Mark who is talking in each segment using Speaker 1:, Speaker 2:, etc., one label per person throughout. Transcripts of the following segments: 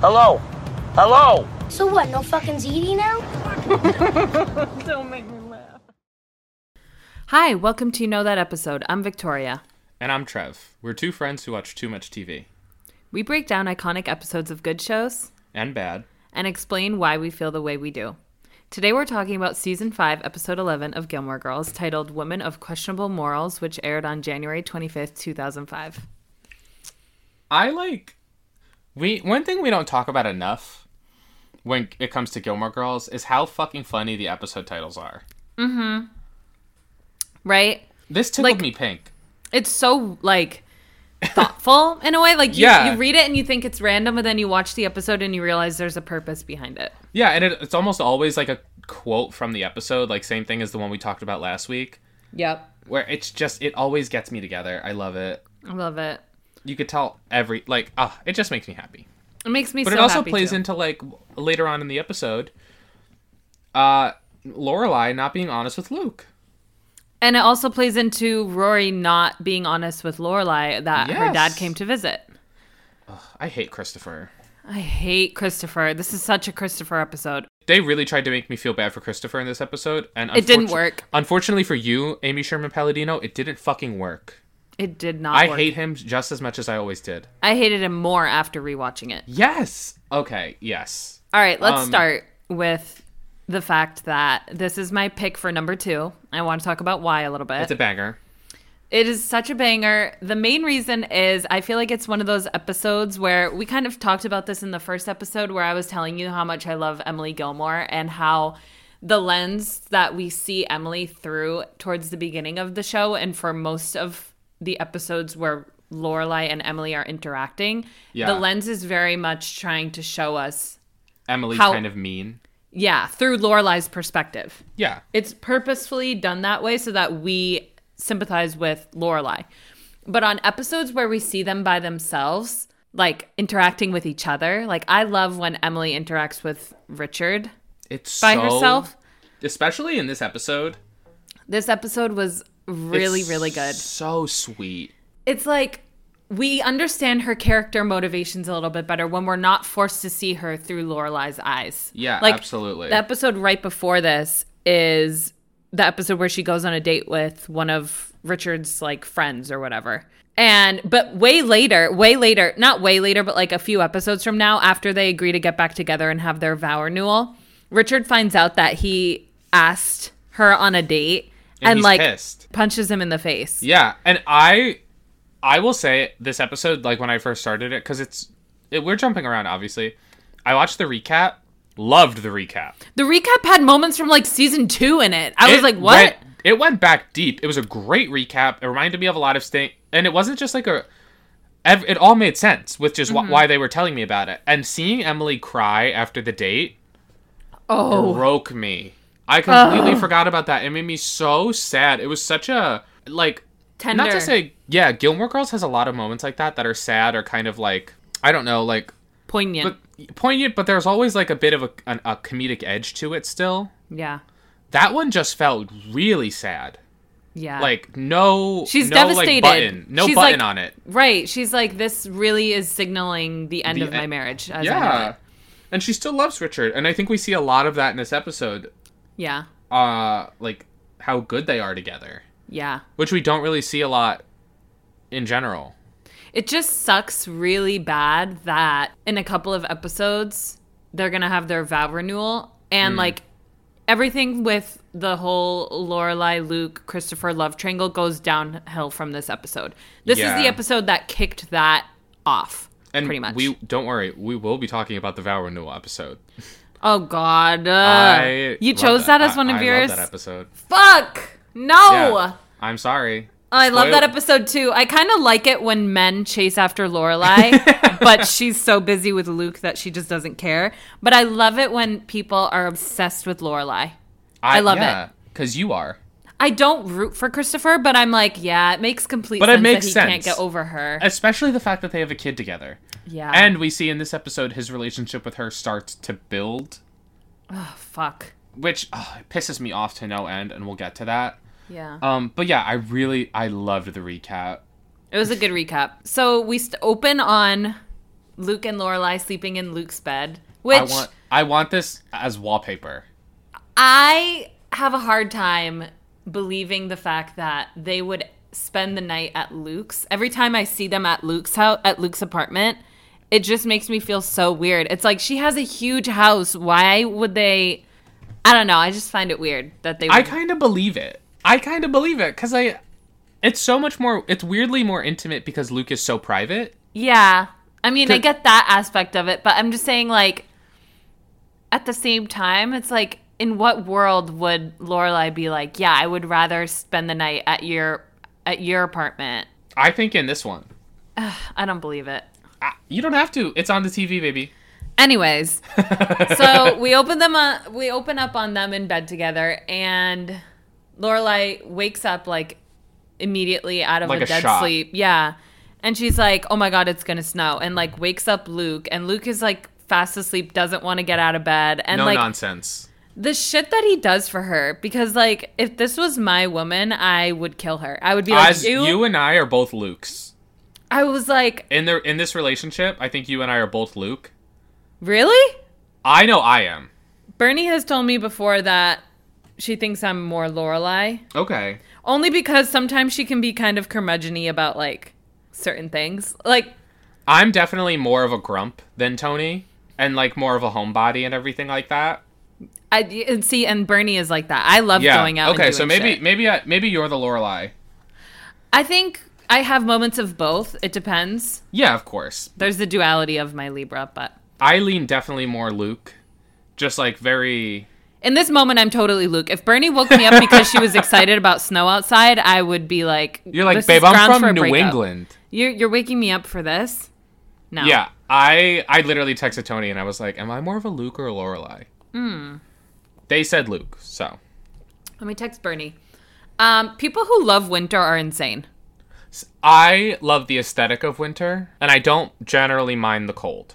Speaker 1: Hello? Hello?
Speaker 2: So what? No fucking ZD now?
Speaker 3: Don't make me laugh.
Speaker 4: Hi, welcome to You Know That episode. I'm Victoria.
Speaker 5: And I'm Trev. We're two friends who watch too much TV.
Speaker 4: We break down iconic episodes of good shows
Speaker 5: And bad.
Speaker 4: and explain why we feel the way we do. Today we're talking about season 5, episode 11 of Gilmore Girls, titled Women of Questionable Morals, which aired on January 25th, 2005.
Speaker 5: I like we one thing we don't talk about enough when it comes to Gilmore Girls is how fucking funny the episode titles are.
Speaker 4: Right?
Speaker 5: This tickled
Speaker 4: Like-
Speaker 5: me pink.
Speaker 4: It's so like thoughtful in a way. Like you,
Speaker 5: Yeah.
Speaker 4: you read it and you think it's random, and then you watch the episode and you realize there's a purpose behind it.
Speaker 5: Yeah, and it, it's almost always like a quote from the episode, like same thing as the one we talked about last week,
Speaker 4: Yep.
Speaker 5: where it's just it always gets me together. I love it.
Speaker 4: I love it.
Speaker 5: You could tell every like ah, it just makes me happy.
Speaker 4: It makes me
Speaker 5: But
Speaker 4: so
Speaker 5: it also
Speaker 4: happy,
Speaker 5: plays
Speaker 4: too.
Speaker 5: into like w- later on in the episode, uh, Lorelai not being honest with Luke.
Speaker 4: And it also plays into Rory not being honest with Lorelai that her
Speaker 5: Yes.
Speaker 4: dad came to visit.
Speaker 5: I hate Christopher.
Speaker 4: I hate Christopher. This is such a Christopher episode.
Speaker 5: They really tried to make me feel bad for Christopher in this episode, and
Speaker 4: It didn't
Speaker 5: unfortu-
Speaker 4: work.
Speaker 5: Unfortunately for you, Amy Sherman Palladino, it didn't fucking work.
Speaker 4: It did not.
Speaker 5: I
Speaker 4: work.
Speaker 5: hate him just as much as I always did.
Speaker 4: I hated him more after rewatching it.
Speaker 5: Yes. Okay. Yes.
Speaker 4: All right, let's
Speaker 5: Um,
Speaker 4: start with the fact that this is my pick for number two. I want to talk about why a little bit.
Speaker 5: It's a banger.
Speaker 4: It is such a banger. The main reason is I feel like it's one of those episodes where we kind of talked about this in the first episode where I was telling you how much I love Emily Gilmore and how the lens that we see Emily through towards the beginning of the show and for most of the episodes where Lorelai and Emily are interacting,
Speaker 5: Yeah.
Speaker 4: the lens is very much trying to show us,
Speaker 5: Emily's
Speaker 4: How-
Speaker 5: kind of mean.
Speaker 4: yeah, through Lorelai's perspective.
Speaker 5: Yeah.
Speaker 4: It's purposefully done that way so that we sympathize with Lorelai. But on episodes where we see them by themselves, like interacting with each other, like I love when Emily interacts with Richard
Speaker 5: It's
Speaker 4: by
Speaker 5: so-
Speaker 4: herself.
Speaker 5: especially in this episode.
Speaker 4: This episode was really,
Speaker 5: It's
Speaker 4: really good.
Speaker 5: So sweet.
Speaker 4: It's like we understand her character motivations a little bit better when we're not forced to see her through Lorelai's eyes.
Speaker 5: Yeah,
Speaker 4: like,
Speaker 5: absolutely.
Speaker 4: The episode right before this is the episode where she goes on a date with one of Richard's like friends or whatever. And but way later, way later, not way later, but like a few episodes from now, after they agree to get back together and have their vow renewal, Richard finds out that he asked her on a date and,
Speaker 5: And he's
Speaker 4: like
Speaker 5: pissed.
Speaker 4: punches him in the face.
Speaker 5: Yeah, and I, I will say this episode, like when I first started it, because it's it, we're jumping around. Obviously, I watched the recap. Loved the recap.
Speaker 4: The recap had moments from like season two in it. I was
Speaker 5: It
Speaker 4: like, what?
Speaker 5: went- it went back deep. It was a great recap. It reminded me of a lot of things, and it wasn't just like a. ev- It all made sense with just
Speaker 4: Mm-hmm.
Speaker 5: wh- why they were telling me about it, and seeing Emily cry after the date
Speaker 4: oh,
Speaker 5: broke me. I completely forgot about that. It made me so sad. It was such a like
Speaker 4: tender.
Speaker 5: Not to say, yeah, Gilmore Girls has a lot of moments like that that are sad or kind of like I don't know, like
Speaker 4: poignant.
Speaker 5: but poignant. But there's always like a bit of a, an, a comedic edge to it. Still,
Speaker 4: yeah.
Speaker 5: that one just felt really sad.
Speaker 4: Yeah.
Speaker 5: Like no,
Speaker 4: She's
Speaker 5: no, like,
Speaker 4: devastated.
Speaker 5: button, no
Speaker 4: She's
Speaker 5: button
Speaker 4: like-
Speaker 5: on it.
Speaker 4: Right. She's like, this really is signaling the end
Speaker 5: The
Speaker 4: of my
Speaker 5: e-
Speaker 4: marriage. As yeah. I know
Speaker 5: Yeah,
Speaker 4: it.
Speaker 5: and she still loves Richard, and I think we see a lot of that in this episode.
Speaker 4: Yeah.
Speaker 5: Uh, like how good they are together,
Speaker 4: Yeah.
Speaker 5: which we don't really see a lot in general.
Speaker 4: It just sucks really bad that in a couple of episodes, they're going to have their vow renewal. And
Speaker 5: Hmm.
Speaker 4: like everything with the whole Lorelai, Luke, Christopher love triangle goes downhill from this episode. This is the
Speaker 5: Yeah.
Speaker 4: episode that kicked that off.
Speaker 5: And
Speaker 4: pretty much.
Speaker 5: we don't worry, we will be talking about the vow renewal episode.
Speaker 4: oh, God. Uh,
Speaker 5: I
Speaker 4: you
Speaker 5: love
Speaker 4: chose that, as one
Speaker 5: I-
Speaker 4: of
Speaker 5: I
Speaker 4: yours?
Speaker 5: Love that episode.
Speaker 4: Fuck! No!
Speaker 5: Yeah. I'm sorry.
Speaker 4: Oh, I love
Speaker 5: Spoil-
Speaker 4: that episode too. I kind of like it when men chase after Lorelai, but she's so busy with Luke that she just doesn't care. But I love it when people are obsessed with Lorelai. I love it.
Speaker 5: because you are,
Speaker 4: I don't root for Christopher, but I'm like, yeah, it makes complete
Speaker 5: But it
Speaker 4: sense
Speaker 5: makes
Speaker 4: that he can't
Speaker 5: sense.
Speaker 4: get over her.
Speaker 5: especially the fact that they have a kid together.
Speaker 4: yeah.
Speaker 5: And we see in this episode his relationship with her starts to build,
Speaker 4: fuck.
Speaker 5: which ugh, it pisses me off to no end, and we'll get to that.
Speaker 4: Yeah.
Speaker 5: Um, but yeah, I really I loved the recap.
Speaker 4: It was a good recap. So we st- open on Luke and Lorelai sleeping in Luke's bed,
Speaker 5: I
Speaker 4: which
Speaker 5: want I want this as wallpaper.
Speaker 4: I have a hard time believing the fact that they would spend the night at Luke's. Every time I see them at Luke's house, at Luke's apartment, it just makes me feel so weird. It's like she has a huge house. Why would they? I don't know. I just find it weird that they. Would.
Speaker 5: I kind of believe it. I kind of believe it because I. It's so much more. It's weirdly more intimate because Luke is so private.
Speaker 4: yeah. I mean, I
Speaker 5: Could-
Speaker 4: get that aspect of it, but I'm just saying, like, at the same time, it's like, in what world would Lorelai be like? Yeah, I would rather spend the night at your at your apartment
Speaker 5: I think in this one,
Speaker 4: I don't believe it.
Speaker 5: Ah, you don't have to. It's on the TV, baby.
Speaker 4: Anyways, so we open them up. We open up on them in bed together, and Lorelai wakes up like immediately out of
Speaker 5: Like
Speaker 4: a,
Speaker 5: a
Speaker 4: dead
Speaker 5: shot.
Speaker 4: sleep. Yeah, and she's like, "Oh my god, it's gonna snow!" And like wakes up Luke, and Luke is like fast asleep, doesn't want to get out of bed, and
Speaker 5: no
Speaker 4: like
Speaker 5: nonsense.
Speaker 4: the shit that he does for her. Because like, if this was my woman, I would kill her. I would be like,
Speaker 5: As
Speaker 4: "Ew."
Speaker 5: you and I are both Lukes
Speaker 4: I was like,
Speaker 5: in the in this relationship. I think you and I are both Luke.
Speaker 4: "Really?"
Speaker 5: I know I am.
Speaker 4: Bernie has told me before that she thinks I'm more Lorelai,
Speaker 5: Okay.
Speaker 4: only because sometimes she can be kind of curmudgeony about like certain things. Like,
Speaker 5: I'm definitely more of a grump than Tony, and like more of a homebody and everything like that.
Speaker 4: I and see, and Bernie is like that. I love
Speaker 5: Yeah.
Speaker 4: going out. and
Speaker 5: okay, so
Speaker 4: doing
Speaker 5: maybe
Speaker 4: shit.
Speaker 5: maybe I, maybe you're the Lorelai.
Speaker 4: I think I have moments of both. It depends.
Speaker 5: Yeah, of course.
Speaker 4: There's the duality of my Libra, but
Speaker 5: Eileen definitely more Luke, just like very.
Speaker 4: in this moment, I'm totally Luke. If Bernie woke me up because she was excited about snow outside, I would be like,
Speaker 5: You're like,
Speaker 4: this is
Speaker 5: babe, I'm
Speaker 4: grounds for a
Speaker 5: from New
Speaker 4: breakup."
Speaker 5: England.
Speaker 4: You're you're waking me up for this. No.
Speaker 5: Yeah, I I literally texted Tony and I was like, "Am I more of a Luke or a Lorelai?" Hmm. They said Luke, so
Speaker 4: Let me text Bernie. Um, people who love winter are insane.
Speaker 5: I love the aesthetic of winter, and I don't generally mind the cold.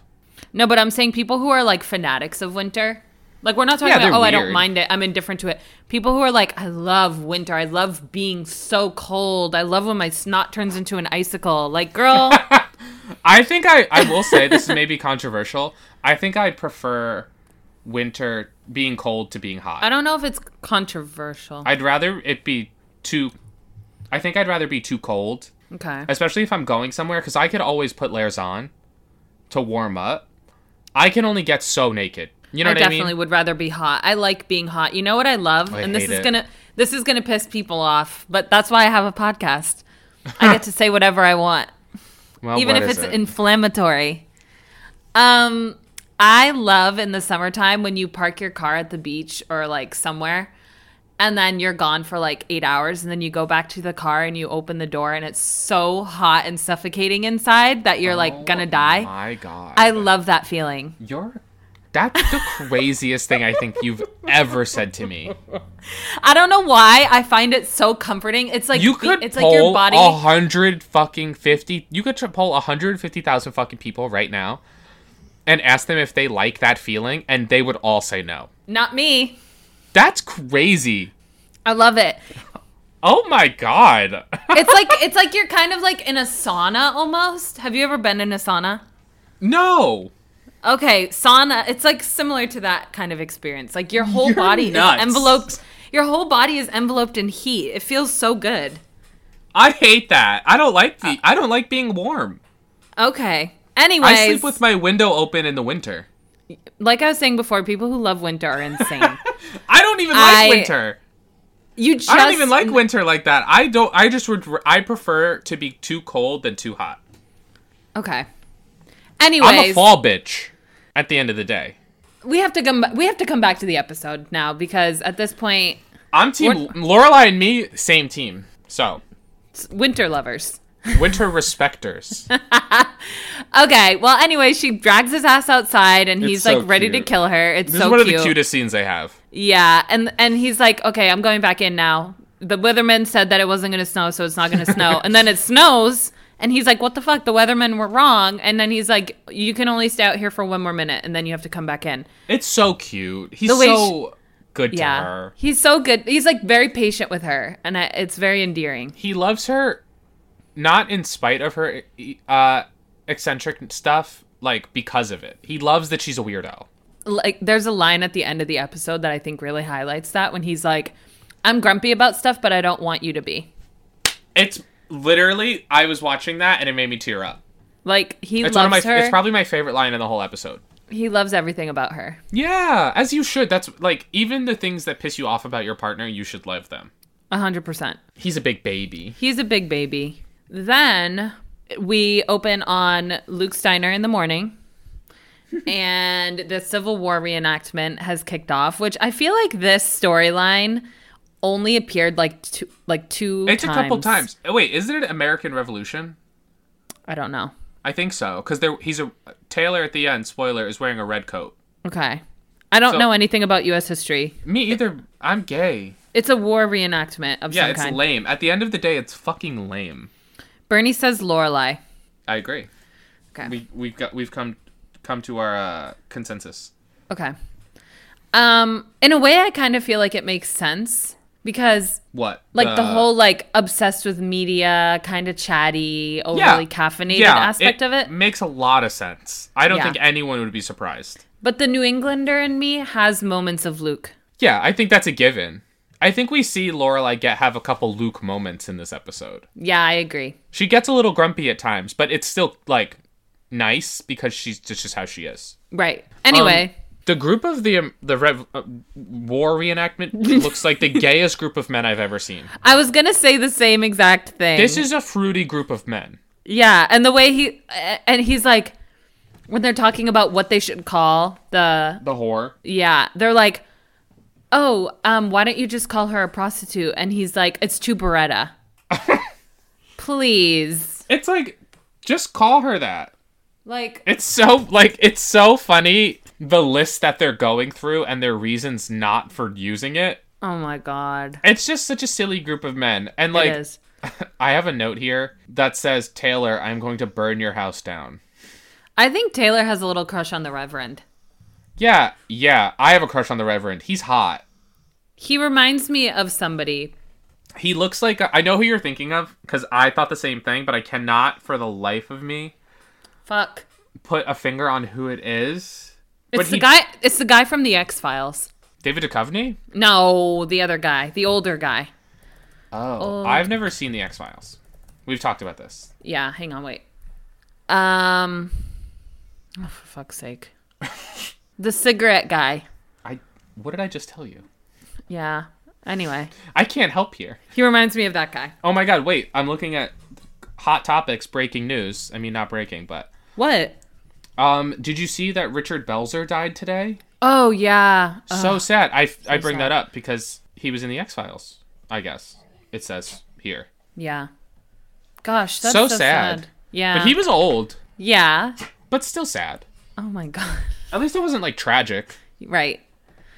Speaker 4: No, but I'm saying people who are like fanatics of winter. Like we're not talking
Speaker 5: Yeah,
Speaker 4: about
Speaker 5: they're
Speaker 4: oh I don't
Speaker 5: weird.
Speaker 4: mind it. I'm indifferent to it. People who are like I love winter. I love being so cold. I love when my snot turns into an icicle. Like girl,
Speaker 5: I think I I will say this is maybe controversial. I think I prefer winter being cold to being hot.
Speaker 4: I don't know if it's controversial.
Speaker 5: I'd rather it be too. I think I'd rather be too cold
Speaker 4: okay.
Speaker 5: especially if I'm going somewhere, because I could always put layers on to warm up. I can only get so naked. You know
Speaker 4: I
Speaker 5: what I
Speaker 4: definitely
Speaker 5: mean?
Speaker 4: would rather be hot. I like being hot. You know what I love?
Speaker 5: I
Speaker 4: and this
Speaker 5: hate
Speaker 4: is
Speaker 5: it.
Speaker 4: gonna this is gonna piss people off, but that's why I have a podcast. I get to say whatever I want.
Speaker 5: Well,
Speaker 4: even
Speaker 5: what
Speaker 4: if
Speaker 5: is
Speaker 4: it's
Speaker 5: it?
Speaker 4: inflammatory. Um, I love in the summertime when you park your car at the beach or like somewhere, and then you're gone for like eight hours, and then you go back to the car and you open the door, and it's so hot and suffocating inside that you're like gonna die.
Speaker 5: Oh My God,
Speaker 4: I love that feeling.
Speaker 5: you're. That's the craziest thing I think you've ever said to me.
Speaker 4: I don't know why I find it so comforting. It's like
Speaker 5: You
Speaker 4: the-
Speaker 5: could
Speaker 4: it's like
Speaker 5: poll
Speaker 4: your body.
Speaker 5: a hundred fucking fifty. You could tr- poll a hundred fifty thousand fucking people right now, and ask them if they like that feeling, and they would all say no.
Speaker 4: Not me.
Speaker 5: That's crazy.
Speaker 4: I love it.
Speaker 5: Oh my god.
Speaker 4: It's like it's like you're kind of like in a sauna almost. Have you ever been in a sauna?
Speaker 5: no.
Speaker 4: Okay, sauna. It's like similar to that kind of experience. Like your whole
Speaker 5: You're
Speaker 4: body
Speaker 5: nuts.
Speaker 4: is enveloped. Your whole body is enveloped in heat. It feels so good.
Speaker 5: I hate that. I don't like
Speaker 4: Uh,
Speaker 5: the. I don't like being warm.
Speaker 4: Okay. Anyways,
Speaker 5: I sleep with my window open in the winter.
Speaker 4: like I was saying before, people who love winter are insane.
Speaker 5: I don't even like
Speaker 4: I
Speaker 5: winter.
Speaker 4: you just
Speaker 5: I don't even like winter like that. I don't. I just would. I prefer to be too cold than too hot.
Speaker 4: Okay. Anyways,
Speaker 5: I'm a fall bitch. At the end of the day,
Speaker 4: we have to come. We have to come back to the episode now because at this point,
Speaker 5: I'm team Lorelai and me, same team. So
Speaker 4: it's winter lovers.
Speaker 5: winter respecters.
Speaker 4: Okay. Well, anyway, she drags his ass outside, and he's
Speaker 5: so
Speaker 4: like ready
Speaker 5: cute.
Speaker 4: to kill her. It's
Speaker 5: This
Speaker 4: so
Speaker 5: is one
Speaker 4: cute.
Speaker 5: of the cutest scenes they have.
Speaker 4: Yeah, and and he's like, okay, I'm going back in now. The weatherman said that it wasn't going to snow, so it's not going to snow. and then it snows, and he's like, what the fuck? The weathermen were wrong. And then he's like, you can only stay out here for one more minute, and then you have to come back in.
Speaker 5: It's so cute. He's
Speaker 4: The way
Speaker 5: so good to
Speaker 4: Yeah,
Speaker 5: her.
Speaker 4: he's so good. He's like very patient with her, and I, it's very endearing.
Speaker 5: he loves her not in spite of her uh eccentric stuff like because of it. He loves that she's a weirdo.
Speaker 4: like there's a line at the end of the episode that I think really highlights that when he's like, "I'm grumpy about stuff, but I don't want you to be."
Speaker 5: It's literally I was watching that and it made me tear up.
Speaker 4: Like he
Speaker 5: It's one
Speaker 4: loves
Speaker 5: of my
Speaker 4: her.
Speaker 5: it's probably my favorite line in the whole episode.
Speaker 4: he loves everything about her.
Speaker 5: Yeah, as you should. That's like even the things that piss you off about your partner, you should love them.
Speaker 4: A hundred percent.
Speaker 5: He's a big baby.
Speaker 4: He's a big baby. Then we open on Luke Steiner in the morning. and the Civil War reenactment has kicked off, which I feel like this storyline only appeared like two, like two.
Speaker 5: It's a couple times. Oh, wait, is it an American Revolution?
Speaker 4: I don't know.
Speaker 5: I think so, because there he's a Taylor at the end. Spoiler is wearing a red coat.
Speaker 4: Okay, I don't
Speaker 5: So-
Speaker 4: know anything about U.S. history.
Speaker 5: Me either. I'm gay.
Speaker 4: It's a war reenactment of
Speaker 5: Yeah,
Speaker 4: some
Speaker 5: it's
Speaker 4: kind.
Speaker 5: lame. At the end of the day, it's fucking lame.
Speaker 4: Bernie says Lorelai.
Speaker 5: I agree.
Speaker 4: Okay.
Speaker 5: We we've got we've come come to our uh, consensus.
Speaker 4: okay. Um, in a way, I kind of feel like it makes sense because
Speaker 5: What?
Speaker 4: like the
Speaker 5: Uh,
Speaker 4: whole like obsessed with media kind of chatty overly
Speaker 5: yeah,
Speaker 4: caffeinated
Speaker 5: yeah,
Speaker 4: aspect of it
Speaker 5: makes a lot of sense. I don't
Speaker 4: Yeah.
Speaker 5: think anyone would be surprised.
Speaker 4: but the new englander in me has moments of luke
Speaker 5: Yeah, I think that's a given. I think we see Lorelai get have a couple Luke moments in this episode.
Speaker 4: yeah i agree
Speaker 5: She gets a little grumpy at times, but it's still like nice because she's that's just how she is.
Speaker 4: right
Speaker 5: Um,
Speaker 4: anyway
Speaker 5: the group of the um, the rev, uh, war reenactment looks like the gayest group of men I've ever seen.
Speaker 4: i was gonna say the same exact thing
Speaker 5: This is a fruity group of men.
Speaker 4: yeah and the way he a- and he's like when they're talking about what they should call the
Speaker 5: The whore.
Speaker 4: yeah they're like oh um why don't you just call her a prostitute and he's like it's too beretta please
Speaker 5: It's like just call her that.
Speaker 4: like
Speaker 5: It's so like it's so funny the list that they're going through and their reasons not for using it.
Speaker 4: oh my god
Speaker 5: It's just such a silly group of men. And
Speaker 4: it
Speaker 5: like
Speaker 4: is
Speaker 5: I have a note here that says Taylor, I'm going to burn your house down.
Speaker 4: I think Taylor has a little crush on the Reverend.
Speaker 5: Yeah, yeah, I have a crush on the Reverend. He's hot.
Speaker 4: He reminds me of somebody.
Speaker 5: He looks like I know who you're thinking of because I thought the same thing, but I cannot for the life of me
Speaker 4: Fuck.
Speaker 5: put a finger on who it is.
Speaker 4: It's
Speaker 5: but
Speaker 4: the
Speaker 5: he-
Speaker 4: guy it's the guy from the X Files.
Speaker 5: David Duchovny.
Speaker 4: No, the other guy, the older guy.
Speaker 5: Oh, I've never seen the X Files. We've talked about this.
Speaker 4: Yeah, hang on, wait. Um oh, for fuck's sake. the cigarette guy.
Speaker 5: I what did I just tell you?
Speaker 4: Yeah. Anyway.
Speaker 5: I can't help here.
Speaker 4: He reminds me of that guy.
Speaker 5: Oh my god, wait. I'm looking at hot topics, breaking news. I mean, not breaking, but
Speaker 4: What?
Speaker 5: um, did you see that Richard Belzer died today?
Speaker 4: Oh yeah. Ugh.
Speaker 5: so sad. I I bring
Speaker 4: sad.
Speaker 5: that up because he was in the X Files. I guess it says here,
Speaker 4: yeah. Gosh, that's
Speaker 5: So
Speaker 4: so,
Speaker 5: sad.
Speaker 4: sad. Yeah.
Speaker 5: but he was old,
Speaker 4: Yeah.
Speaker 5: but still sad.
Speaker 4: Oh my god.
Speaker 5: At least it wasn't like tragic,
Speaker 4: Right.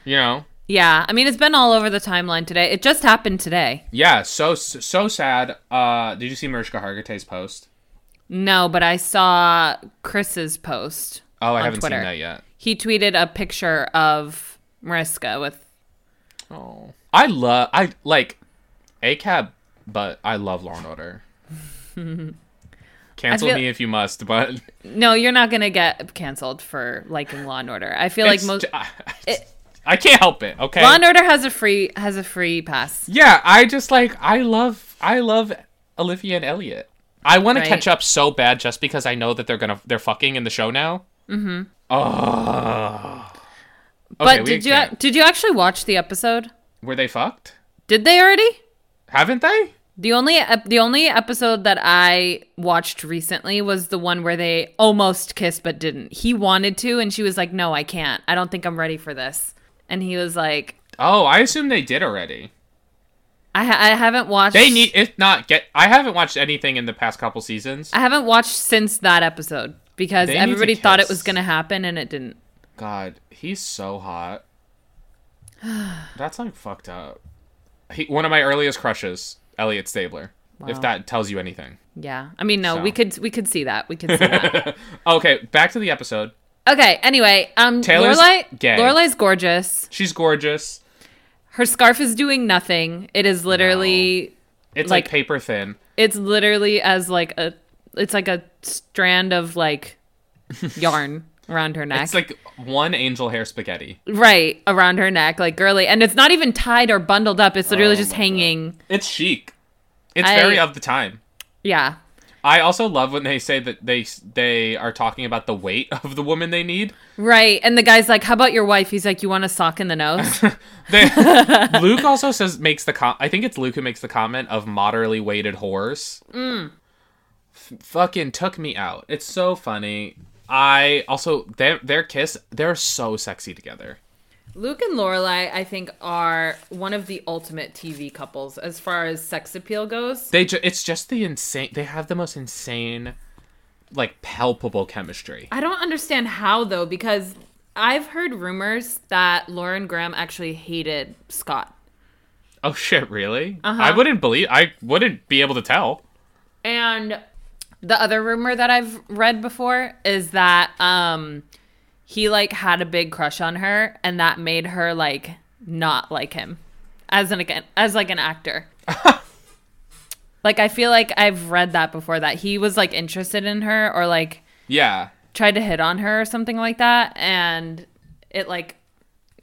Speaker 5: you know.
Speaker 4: Yeah, I mean it's been all over the timeline today. It just happened today.
Speaker 5: Yeah, so so sad. Uh, did you see Mariska Hargitay's post?
Speaker 4: No, but I saw Chris's post.
Speaker 5: Oh, I
Speaker 4: On
Speaker 5: haven't
Speaker 4: Twitter.
Speaker 5: seen that yet.
Speaker 4: He tweeted a picture of Mariska with
Speaker 5: Oh, I love I like ACAB, but I love Law and Order. Cancel
Speaker 4: feel-
Speaker 5: me if you must, but
Speaker 4: No, you're not going to get canceled for liking Law and Order. I feel like
Speaker 5: it's
Speaker 4: most
Speaker 5: ju- I, I can't help it. Okay.
Speaker 4: Law and Order has a free has a free pass.
Speaker 5: yeah, I just like I love I love Olivia and Elliot. I want
Speaker 4: Right.
Speaker 5: to catch up so bad just because I know that they're gonna they're fucking in the show now. Mm-hmm. Oh.
Speaker 4: But
Speaker 5: Okay, we
Speaker 4: did you
Speaker 5: can't.
Speaker 4: did you actually watch the episode?
Speaker 5: were they fucked?
Speaker 4: Did they already?
Speaker 5: Haven't they?
Speaker 4: The only ep- the only episode that I watched recently was the one where they almost kissed but didn't. He wanted to and she was like, "No, I can't. I don't think I'm ready for this." And he was like,
Speaker 5: Oh, I assume they did already.
Speaker 4: "I ha- I haven't watched
Speaker 5: They need if not get. I haven't watched anything in the past couple seasons.
Speaker 4: I haven't watched since that episode because
Speaker 5: They need to
Speaker 4: everybody thought it
Speaker 5: kiss.
Speaker 4: was going to happen and it didn't.
Speaker 5: God, he's so hot. That's like fucked up. He, one of my earliest crushes, Elliot Stabler. If
Speaker 4: Wow.
Speaker 5: that tells you anything.
Speaker 4: Yeah. I mean, no,
Speaker 5: So.
Speaker 4: we could we could see that. We could see that.
Speaker 5: Okay, back to the episode.
Speaker 4: okay, anyway, um
Speaker 5: Taylor's
Speaker 4: Lorelai
Speaker 5: gay.
Speaker 4: Lorelai's gorgeous.
Speaker 5: She's gorgeous.
Speaker 4: Her scarf is doing nothing. It is literally
Speaker 5: It's like,
Speaker 4: Like-
Speaker 5: paper thin.
Speaker 4: it's literally as like a it's like a strand of like yarn around her neck.
Speaker 5: It's like one angel hair spaghetti.
Speaker 4: right around her neck, like girly, and it's not even tied or bundled up. It's literally
Speaker 5: Oh
Speaker 4: just
Speaker 5: my
Speaker 4: hanging.
Speaker 5: It's chic. It's
Speaker 4: I-
Speaker 5: very of the time.
Speaker 4: Yeah,
Speaker 5: I also love when they say that they they are talking about the weight of the woman they need.
Speaker 4: right. And the guy's like, "How about your wife?" He's like, "You want a sock in the nose?"
Speaker 5: They, Luke also says makes the com- I think it's Luke who makes the comment of moderately weighted whores.
Speaker 4: Mm.
Speaker 5: F- fucking took me out. It's so funny. I also their their kiss. They're so sexy together.
Speaker 4: Luke and Lorelai, I think, are one of the ultimate TV couples as far as sex appeal goes.
Speaker 5: They ju- it's just the insane. They have the most insane, like palpable chemistry.
Speaker 4: I don't understand how though, because I've heard rumors that Lauren Graham actually hated Scott,
Speaker 5: Oh shit! Really?
Speaker 4: Uh-huh.
Speaker 5: I wouldn't believe. I wouldn't be able to tell.
Speaker 4: and the other rumor that I've read before is that um, he like had a big crush on her, and that made her like not like him as an again as like an actor. like I feel like I've read that before that he was like interested in her or like
Speaker 5: Yeah.
Speaker 4: tried to hit on her or something like that, and it like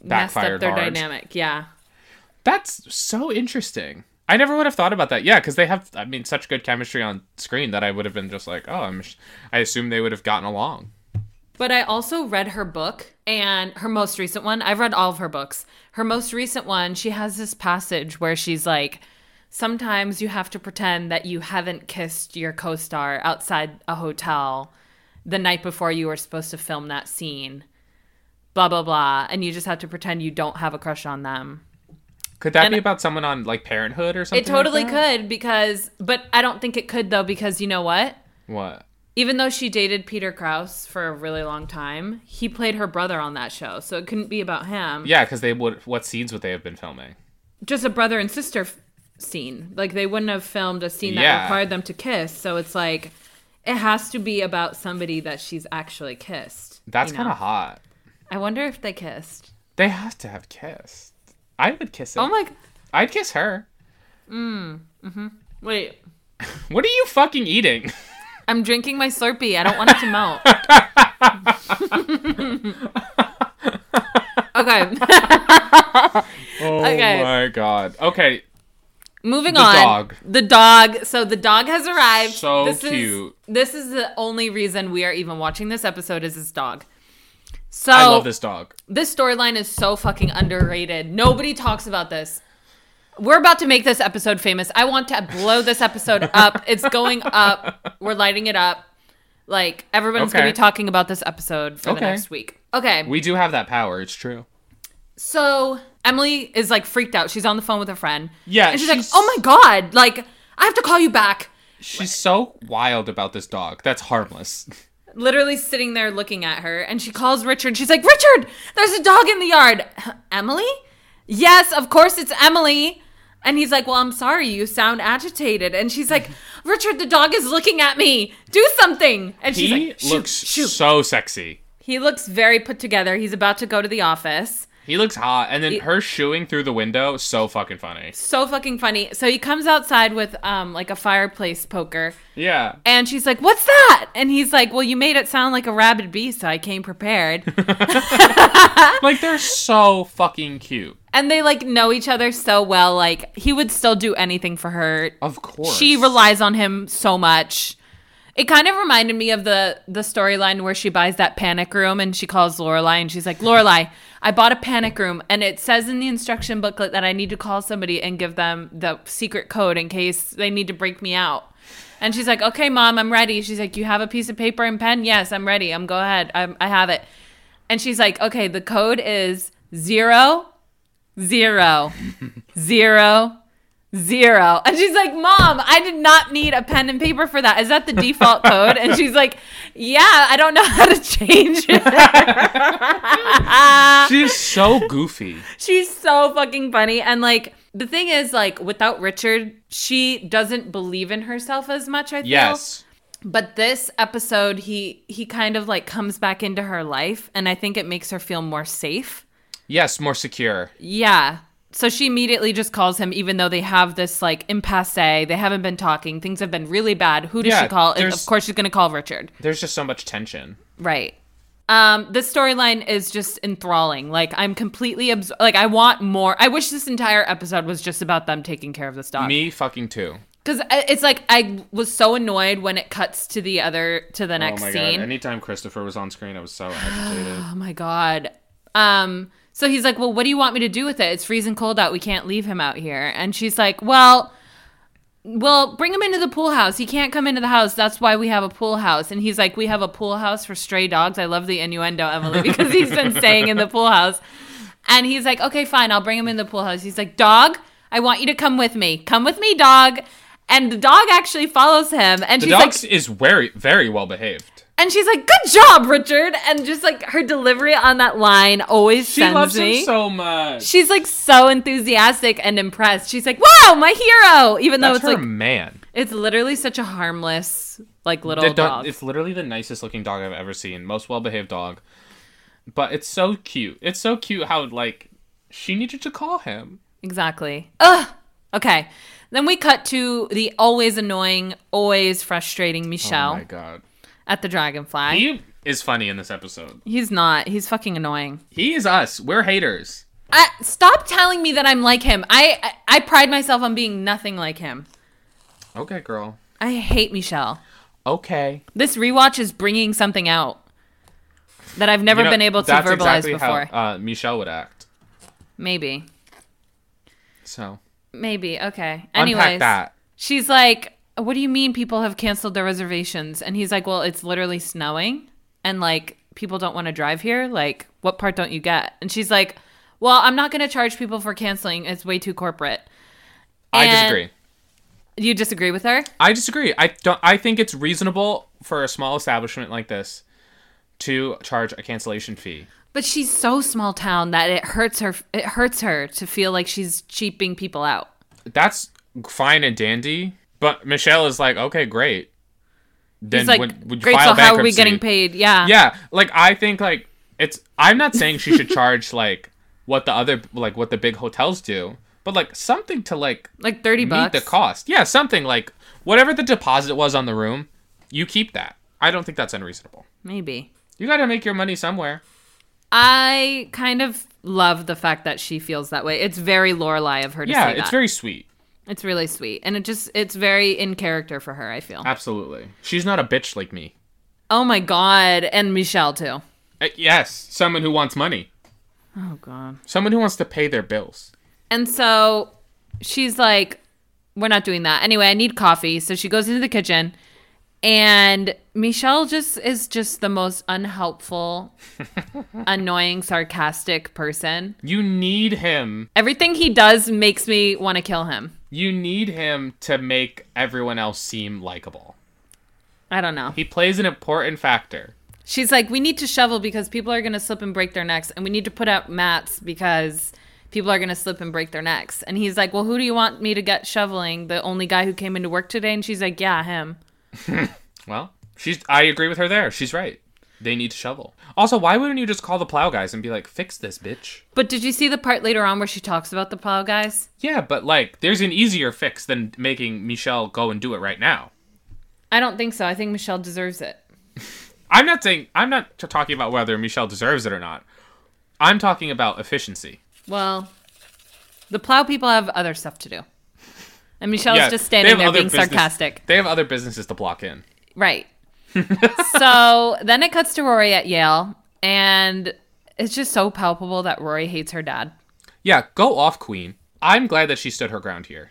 Speaker 4: messed up
Speaker 5: Backfired
Speaker 4: their
Speaker 5: hard.
Speaker 4: dynamic. Yeah.
Speaker 5: That's so interesting. I never would have thought about that. Yeah, because they have, I mean, such good chemistry on screen that I would have been just like, oh, I'm. Sh-. I assume they would have gotten along.
Speaker 4: But I also read her book and her most recent one. I've read all of her books. Her most recent one, she has this passage where she's like, Sometimes you have to pretend that you haven't kissed your co star outside a hotel the night before you were supposed to film that scene, blah, blah, blah. And you just have to pretend you don't have a crush on them.
Speaker 5: Could that
Speaker 4: And-
Speaker 5: be about someone on like Parenthood or something?
Speaker 4: It totally could because, but I don't think it could though, because you know what?
Speaker 5: could. What?
Speaker 4: even though she dated Peter Krause for a really long time, he played her brother on that show, so it couldn't be about him.
Speaker 5: Yeah, because they would. What scenes would they have been filming?
Speaker 4: Just a brother and sister f- scene. Like they wouldn't have filmed a scene that
Speaker 5: Yeah.
Speaker 4: required them to kiss, so it's like it has to be about somebody that she's actually kissed. you
Speaker 5: That's
Speaker 4: know?
Speaker 5: kind of hot.
Speaker 4: I wonder if they kissed.
Speaker 5: They have to have kissed. I would kiss him.
Speaker 4: Oh my. g-
Speaker 5: I'd kiss her.
Speaker 4: Wait.
Speaker 5: What are you fucking eating?
Speaker 4: I'm drinking my Slurpee. I don't want it to melt. okay.
Speaker 5: Oh
Speaker 4: Okay.
Speaker 5: my god. Okay,
Speaker 4: Moving
Speaker 5: The
Speaker 4: on.
Speaker 5: dog.
Speaker 4: The dog. So the dog has arrived.
Speaker 5: So
Speaker 4: this Is,
Speaker 5: cute.
Speaker 4: this is the only reason we are even watching this episode is this dog. So
Speaker 5: I love this dog.
Speaker 4: this storyline is so fucking underrated. Nobody talks about this. We're about to make this episode famous. I want to blow this episode up. It's going up. We're lighting it up. Like everyone's gonna
Speaker 5: Okay.
Speaker 4: be talking about this episode for the
Speaker 5: Okay.
Speaker 4: next week. Okay.
Speaker 5: We do have that power. It's true.
Speaker 4: So Emily is like freaked out. She's on the phone with a friend.
Speaker 5: Yeah,
Speaker 4: And she's, like,
Speaker 5: she's-
Speaker 4: oh my God, like, I have to call you back.
Speaker 5: She's so wild about this dog. That's harmless.
Speaker 4: Literally sitting there looking at her. And she calls Richard. She's like, Richard, there's a dog in the yard. Emily? Yes, of course it's Emily. And he's like, well, I'm sorry, you sound agitated. And she's like, Richard, the dog is looking at me. Do something. And she's
Speaker 5: He
Speaker 4: like, shoot,
Speaker 5: looks
Speaker 4: shoot.
Speaker 5: so sexy.
Speaker 4: he looks very put together. He's about to go to the office.
Speaker 5: He looks hot, and then her shooing through the window, so fucking funny.
Speaker 4: So fucking funny. So he comes outside with um like a fireplace poker.
Speaker 5: Yeah,
Speaker 4: And she's like, "What's that?" And he's like, "Well, you made it sound like a rabid beast, so I came prepared."
Speaker 5: like they're so fucking cute.
Speaker 4: and they like know each other so well. Like he would still do anything for her.
Speaker 5: Of course,
Speaker 4: She relies on him so much. It kind of reminded me of the the storyline where she buys that panic room and she calls Lorelai and she's like, "Lorelai, I bought a panic room and it says in the instruction booklet that I need to call somebody and give them the secret code in case they need to break me out." And she's like, "Okay, mom, I'm ready." She's like, "You have a piece of paper and pen?" "Yes, I'm ready. I'm go ahead. I'm, I have it." And she's like, "Okay, the code is zero, zero, zero, zero. And she's like, Mom, I did not need a pen and paper for that. Is that the default code? And she's like, Yeah, I don't know how to change it.
Speaker 5: She's so goofy.
Speaker 4: She's so fucking funny. And like, the thing is, like, without Richard, she doesn't believe in herself as much, I feel.
Speaker 5: Yes,
Speaker 4: But this episode, he he kind of like comes back into her life, and I think it makes her feel more safe.
Speaker 5: yes, more secure.
Speaker 4: Yeah. so she immediately just calls him, even though they have this like impasse. They haven't been talking. Things have been really bad. Who does
Speaker 5: Yeah,
Speaker 4: she call? And
Speaker 5: there's-
Speaker 4: of course, she's going to call Richard.
Speaker 5: There's just so much tension.
Speaker 4: Right. Um, this storyline is just enthralling. Like I'm completely abs- like I want more. I wish this entire episode was just about them taking care of this dog.
Speaker 5: Me fucking too.
Speaker 4: Because it's like I was so annoyed when it cuts to the other to the next
Speaker 5: oh my
Speaker 4: scene.
Speaker 5: god! Anytime Christopher was on screen, I was so agitated.
Speaker 4: oh my god. Um. So he's like, "Well, what do you want me to do with it? It's freezing cold out. We can't leave him out here." And she's like, "Well, well, bring him into the pool house. He can't come into the house. That's why we have a pool house." And he's like, "We have a pool house for stray dogs." I love the innuendo, Emily, because he's been staying in the pool house. And he's like, okay, fine, I'll bring him in the pool house. He's like, dog, I want you to come with me. Come with me, dog. And the dog actually follows him. And
Speaker 5: The
Speaker 4: she's
Speaker 5: dog
Speaker 4: like,
Speaker 5: is very, very well behaved.
Speaker 4: and she's like, good job, Richard. And just like her delivery on that line always
Speaker 5: She
Speaker 4: sends
Speaker 5: loves
Speaker 4: me.
Speaker 5: him so much.
Speaker 4: she's like so enthusiastic and impressed. She's like, wow, my hero. Even though
Speaker 5: That's
Speaker 4: it's
Speaker 5: her
Speaker 4: like,
Speaker 5: man.
Speaker 4: it's literally such a harmless, like little
Speaker 5: The dog-
Speaker 4: dog.
Speaker 5: It's literally the nicest looking dog I've ever seen. Most well behaved dog. But it's so cute. It's so cute how like she needed to call him.
Speaker 4: Exactly. Ugh. Okay. Then we cut to the always annoying, always frustrating Michelle
Speaker 5: Oh my god.
Speaker 4: at the Dragonfly.
Speaker 5: He is funny in this episode.
Speaker 4: He's not. He's fucking annoying.
Speaker 5: He is us. We're haters.
Speaker 4: I, stop telling me that I'm like him. I, I I pride myself on being nothing like him.
Speaker 5: Okay, girl.
Speaker 4: I hate Michelle.
Speaker 5: Okay.
Speaker 4: This rewatch is bringing something out that I've never
Speaker 5: You know,
Speaker 4: been able to
Speaker 5: that's
Speaker 4: verbalize
Speaker 5: exactly
Speaker 4: before.
Speaker 5: How, uh, Michelle would act.
Speaker 4: Maybe.
Speaker 5: So
Speaker 4: Maybe. Okay.
Speaker 5: unpack
Speaker 4: Anyways,
Speaker 5: that.
Speaker 4: she's like, "What do you mean people have canceled their reservations?" And he's like, "Well, it's literally snowing and like people don't want to drive here. Like, what part don't you get?" And she's like, "Well, I'm not going to charge people for canceling. It's way too corporate."
Speaker 5: I
Speaker 4: And-
Speaker 5: disagree.
Speaker 4: You disagree with her?
Speaker 5: I disagree. I don't. I think it's reasonable for a small establishment like this to charge a cancellation fee.
Speaker 4: But she's so small town that it hurts her. It hurts her to feel like she's cheaping people out.
Speaker 5: That's fine and dandy. But Michelle is like, okay, great. Then
Speaker 4: It's like,
Speaker 5: when- would you
Speaker 4: great.
Speaker 5: file
Speaker 4: So how are we
Speaker 5: bankruptcy?"
Speaker 4: getting paid? Yeah.
Speaker 5: Yeah, like I think like it's. I'm not saying she should charge like what the other like what the big hotels do, but like something to like
Speaker 4: Like thirty
Speaker 5: meet
Speaker 4: bucks.
Speaker 5: the cost. Yeah, something like whatever the deposit was on the room, you keep that. I don't think that's unreasonable.
Speaker 4: Maybe.
Speaker 5: You got to make your money somewhere.
Speaker 4: I kind of love the fact that she feels that way. It's very Lorelai of her to
Speaker 5: Yeah,
Speaker 4: say that.
Speaker 5: it's very sweet.
Speaker 4: It's really sweet. And it just it's very in character for her, I feel.
Speaker 5: Absolutely. She's not a bitch like me.
Speaker 4: Oh my god. And Michelle too.
Speaker 5: Uh, yes, someone who wants money.
Speaker 4: Oh god.
Speaker 5: Someone who wants to pay their bills.
Speaker 4: And so she's like, We're not doing that. Anyway, I need coffee. So she goes into the kitchen and Michelle just is just the most unhelpful, annoying, sarcastic person.
Speaker 5: You need him.
Speaker 4: Everything he does makes me want to kill him.
Speaker 5: You need him to make everyone else seem likable.
Speaker 4: I don't know.
Speaker 5: He plays an important factor.
Speaker 4: She's like, we need to shovel because people are going to slip and break their necks, and we need to put out mats because people are going to slip and break their necks. And he's like, well, who do you want me to get shoveling? The only guy who came into work today? And she's like, yeah, him.
Speaker 5: Well, she's I agree with her there. She's right. They need to shovel. Also, why wouldn't you just call the plow guys and be like, "Fix this, bitch"?
Speaker 4: But did you see the part later on where she talks about the plow guys?
Speaker 5: Yeah, but like, there's an easier fix than making Michelle go and do it right now.
Speaker 4: I don't think so. I think Michelle deserves it.
Speaker 5: I'm not saying I'm not t- talking about whether Michelle deserves it or not. I'm talking about efficiency.
Speaker 4: Well, the plow people have other stuff to do. And Michelle's just standing there being sarcastic.
Speaker 5: They have other businesses to block in.
Speaker 4: Right. so then it cuts to Rory at Yale, and it's just so palpable that Rory hates her dad.
Speaker 5: Yeah, go off, Queen. I'm glad that she stood her ground here.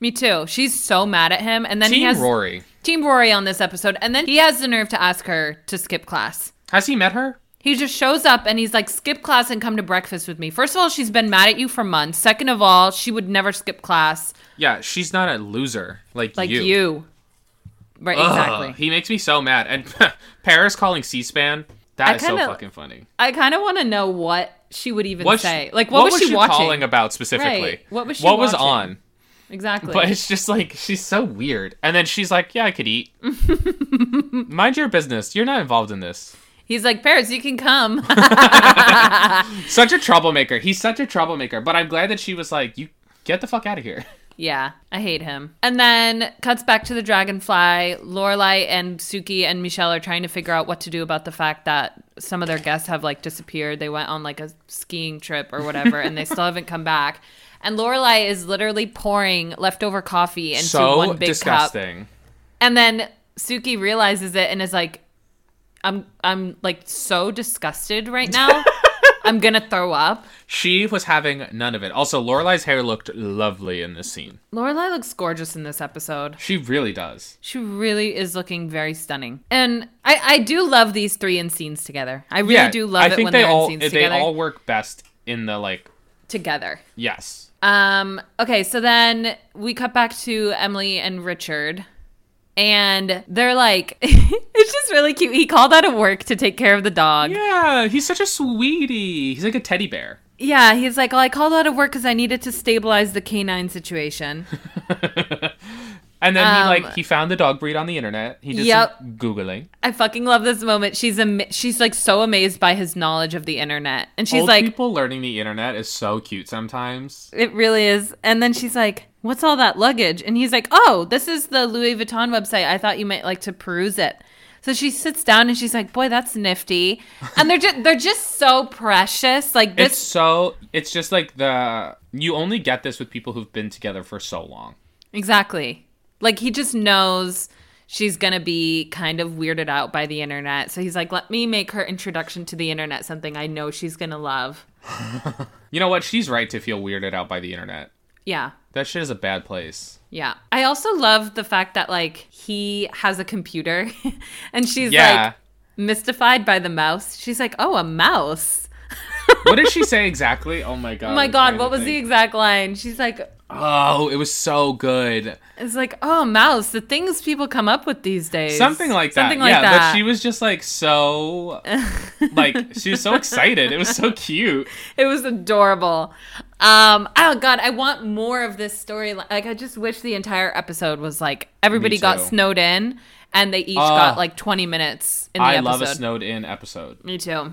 Speaker 4: Me too. She's so mad at him, and then he
Speaker 5: Team
Speaker 4: has
Speaker 5: Rory.
Speaker 4: Team Rory on this episode, and then he has the nerve to ask her to skip class.
Speaker 5: Has he met her?
Speaker 4: He just shows up and he's like, "Skip class and come to breakfast with me." First of all, she's been mad at you for months. Second of all, she would never skip class
Speaker 5: Yeah, she's not a loser like,
Speaker 4: like you.
Speaker 5: you.
Speaker 4: Right?
Speaker 5: Ugh,
Speaker 4: Exactly.
Speaker 5: He makes me so mad. And Paris calling C-SPAN.
Speaker 4: I
Speaker 5: That is
Speaker 4: kinda-
Speaker 5: so fucking funny.
Speaker 4: I kind of want to know what she would even
Speaker 5: What
Speaker 4: say.
Speaker 5: sh-
Speaker 4: like, what, was, she, watching?
Speaker 5: calling about specifically?
Speaker 4: Right. What was she
Speaker 5: What was
Speaker 4: watching?
Speaker 5: on?
Speaker 4: Exactly.
Speaker 5: But it's just like she's so weird. And then she's like, "Yeah, I could eat." Mind your business. You're not involved in this.
Speaker 4: He's like, Paris, you can come.
Speaker 5: Such a troublemaker. He's such a troublemaker. But I'm glad that she was like, "You get the fuck out of here."
Speaker 4: yeah, I hate him. And then cuts back to the dragonfly. Lorelai and Suki and Michelle are trying to figure out what to do about the fact that some of their guests have like disappeared. They went on like a skiing trip or whatever, and they still haven't come back. And Lorelai is literally pouring leftover coffee into
Speaker 5: so
Speaker 4: one big cup.
Speaker 5: disgusting.
Speaker 4: And then Suki realizes it and is like, I'm I'm like so disgusted right now. I'm gonna throw up.
Speaker 5: She was having none of it. Also, Lorelai's hair looked lovely in this scene.
Speaker 4: Lorelai looks gorgeous in this episode.
Speaker 5: She really does.
Speaker 4: She really is looking very stunning. And I, I do love these three in scenes together. I really
Speaker 5: yeah,
Speaker 4: do love
Speaker 5: I
Speaker 4: it
Speaker 5: think
Speaker 4: when
Speaker 5: they
Speaker 4: they're
Speaker 5: all
Speaker 4: in scenes
Speaker 5: they
Speaker 4: together.
Speaker 5: all work best in the like
Speaker 4: together.
Speaker 5: yes.
Speaker 4: Um, okay, so then we cut back to Emily and Richard. And they're like, it's just really cute. He called out of work to take care of the dog.
Speaker 5: Yeah, he's such a sweetie. He's like a teddy bear.
Speaker 4: Yeah, he's like, well, I called out of work because I needed to stabilize the canine situation.
Speaker 5: And then
Speaker 4: Um,
Speaker 5: he like he found the dog breed on the internet. He did
Speaker 4: Yep.
Speaker 5: some googling.
Speaker 4: I fucking love this moment. She's am- she's like so amazed by his knowledge of the internet, and she's
Speaker 5: Old
Speaker 4: like,
Speaker 5: people learning the internet is so cute sometimes.
Speaker 4: it really is. And then she's like, what's all that luggage? And he's like, oh, this is the Louis Vuitton website. I thought you might like to peruse it. So she sits down and she's like, boy, that's nifty. And they're just they're just so precious. Like
Speaker 5: It's
Speaker 4: this
Speaker 5: so it's just like the you only get this with people who've been together for so long.
Speaker 4: Exactly. Like he just knows she's going to be kind of weirded out by the internet. So he's like, let me make her introduction to the internet something I know she's going to love.
Speaker 5: You know what? She's right to feel weirded out by the internet.
Speaker 4: Yeah.
Speaker 5: That shit is a bad place.
Speaker 4: Yeah. I also love the fact that like he has a computer and she's
Speaker 5: yeah.
Speaker 4: like mystified by the mouse. She's like, "Oh, a mouse."
Speaker 5: what did she say exactly? Oh my god.
Speaker 4: Oh my
Speaker 5: I'm trying
Speaker 4: god,
Speaker 5: to
Speaker 4: what was the
Speaker 5: think.
Speaker 4: exact line? She's like
Speaker 5: Oh, it was so good.
Speaker 4: it's like, "Oh, mouse, the things people come up with these days."
Speaker 5: Something like that.
Speaker 4: Something like
Speaker 5: yeah,
Speaker 4: that.
Speaker 5: but she was just like so like she was so excited. It was so cute.
Speaker 4: It was adorable. Um, oh god, I want more of this storyline. Like, I just wish the entire episode was like everybody
Speaker 5: Me
Speaker 4: got
Speaker 5: too.
Speaker 4: snowed in, and they each
Speaker 5: Ah.
Speaker 4: got like twenty minutes in the
Speaker 5: I
Speaker 4: episode.
Speaker 5: love a snowed in episode.
Speaker 4: Me too.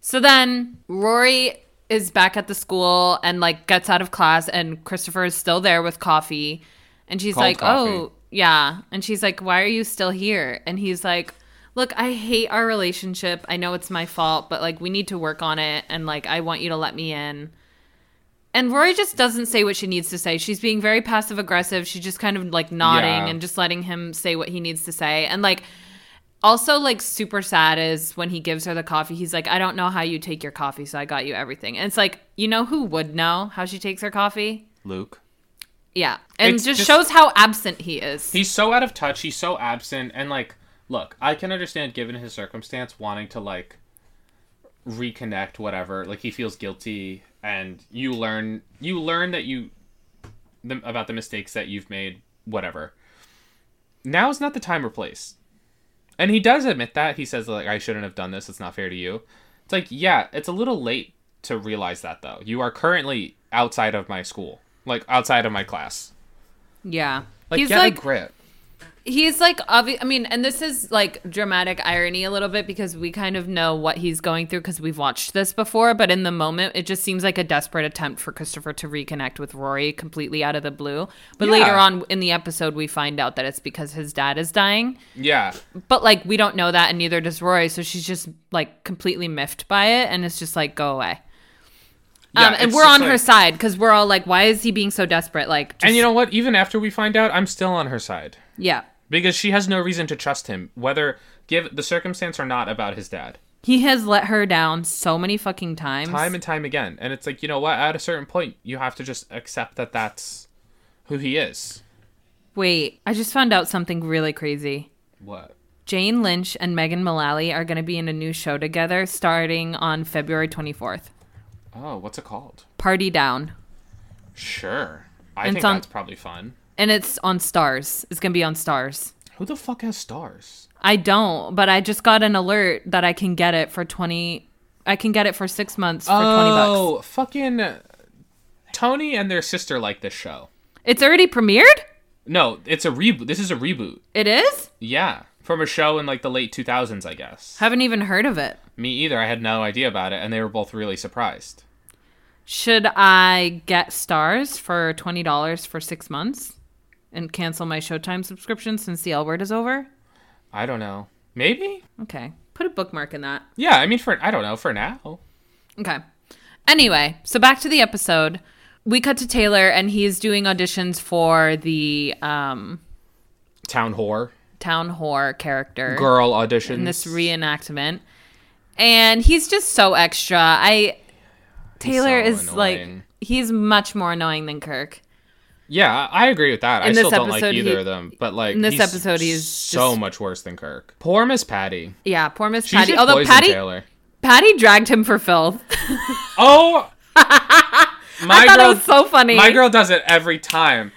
Speaker 4: So then Rory is back at the school and like gets out of class, and Christopher is still there with coffee, and she's
Speaker 5: Cold
Speaker 4: like,
Speaker 5: coffee.
Speaker 4: "Oh yeah," and she's like, "Why are you still here?" And he's like. Look, I hate our relationship. I know it's my fault, but like we need to work on it and like I want you to let me in. And Rory just doesn't say what she needs to say. She's being very passive aggressive. She's just kind of like nodding
Speaker 5: Yeah.
Speaker 4: and just letting him say what he needs to say. And like also like super sad is when he gives her the coffee. He's like, "I don't know how you take your coffee, so I got you everything." And it's like, you know who would know how she takes her coffee?
Speaker 5: Luke.
Speaker 4: Yeah. And
Speaker 5: It's
Speaker 4: just,
Speaker 5: just-
Speaker 4: shows how absent he is.
Speaker 5: He's so out of touch, he's so absent and like look, I can understand given his circumstance wanting to like reconnect whatever. Like he feels guilty and you learn you learn that you the, about the mistakes that you've made whatever. Now's not the time or place. And he does admit that. He says like I shouldn't have done this. It's not fair to you. It's like, yeah, it's a little late to realize that though. You are currently outside of my school. Like outside of my class.
Speaker 4: yeah.
Speaker 5: Like
Speaker 4: he's
Speaker 5: get
Speaker 4: like
Speaker 5: a grip.
Speaker 4: he's like obvi- I mean, and this is like dramatic irony a little bit because we kind of know what he's going through because we've watched this before. But in the moment, it just seems like a desperate attempt for Christopher to reconnect with Rory completely out of the blue. But
Speaker 5: Yeah.
Speaker 4: later on in the episode, we find out that it's because his dad is dying.
Speaker 5: Yeah.
Speaker 4: But like we don't know that, and neither does Rory. So she's just like completely miffed by it, and it's just like go away.
Speaker 5: Yeah,
Speaker 4: um, and
Speaker 5: it's
Speaker 4: we're on
Speaker 5: just
Speaker 4: her
Speaker 5: like-
Speaker 4: side because we're all like, why is he being so desperate? Like, just,
Speaker 5: And you know what? Even after we find out, I'm still on her side
Speaker 4: yeah,
Speaker 5: because she has no reason to trust him, whether give the circumstance or not about his dad.
Speaker 4: he has let her down so many fucking times.
Speaker 5: Time and time again, and it's like you know what? At a certain point, you have to just accept that that's who he is.
Speaker 4: Wait, I just found out something really crazy.
Speaker 5: What?
Speaker 4: Jane Lynch and Megan Mullally are going to be in a new show together starting on February 24th.
Speaker 5: Oh, what's it called?
Speaker 4: Party Down.
Speaker 5: Sure. I
Speaker 4: And
Speaker 5: think
Speaker 4: some-
Speaker 5: that's probably fun.
Speaker 4: And it's on Stars. It's going to be on Stars.
Speaker 5: Who the fuck has stars?
Speaker 4: I don't, but I just got an alert that I can get it for 20 I can get it for 6 months for 20 bucks.
Speaker 5: Oh, fucking Tony and their sister like this show.
Speaker 4: It's already premiered?
Speaker 5: No, it's a reboot. This is a reboot.
Speaker 4: It is?
Speaker 5: Yeah. from a show in like the late 2000s, I guess.
Speaker 4: Haven't even heard of it.
Speaker 5: Me either. I had no idea about it, and they were both really surprised.
Speaker 4: Should I get stars for twenty dollars for six months and cancel my Showtime subscription since the L word is over?
Speaker 5: I don't know. Maybe?
Speaker 4: Okay, put a bookmark in that.
Speaker 5: Yeah, I mean, for I don't know, for now.
Speaker 4: Okay. Anyway, so back to the episode. We cut to Taylor, and he's doing auditions for the um,
Speaker 5: Town whore,
Speaker 4: town whore character
Speaker 5: girl auditions.
Speaker 4: in this reenactment, and he's just so extra. I Taylor
Speaker 5: so
Speaker 4: is like
Speaker 5: annoying.
Speaker 4: he's much more annoying than Kirk.
Speaker 5: Yeah, I agree with that. I
Speaker 4: In this
Speaker 5: still don't like
Speaker 4: episode,
Speaker 5: either
Speaker 4: he-
Speaker 5: of them, but like
Speaker 4: in this
Speaker 5: he's
Speaker 4: episode, he's
Speaker 5: so
Speaker 4: just-
Speaker 5: much worse than Kirk. Poor Miss Patty.
Speaker 4: Yeah, poor Miss
Speaker 5: She
Speaker 4: Patty.
Speaker 5: should
Speaker 4: Although
Speaker 5: poison
Speaker 4: Patty
Speaker 5: Taylor.
Speaker 4: Patty dragged him for filth.
Speaker 5: Oh, my
Speaker 4: I thought
Speaker 5: girl.
Speaker 4: it was so funny.
Speaker 5: my girl does it every time.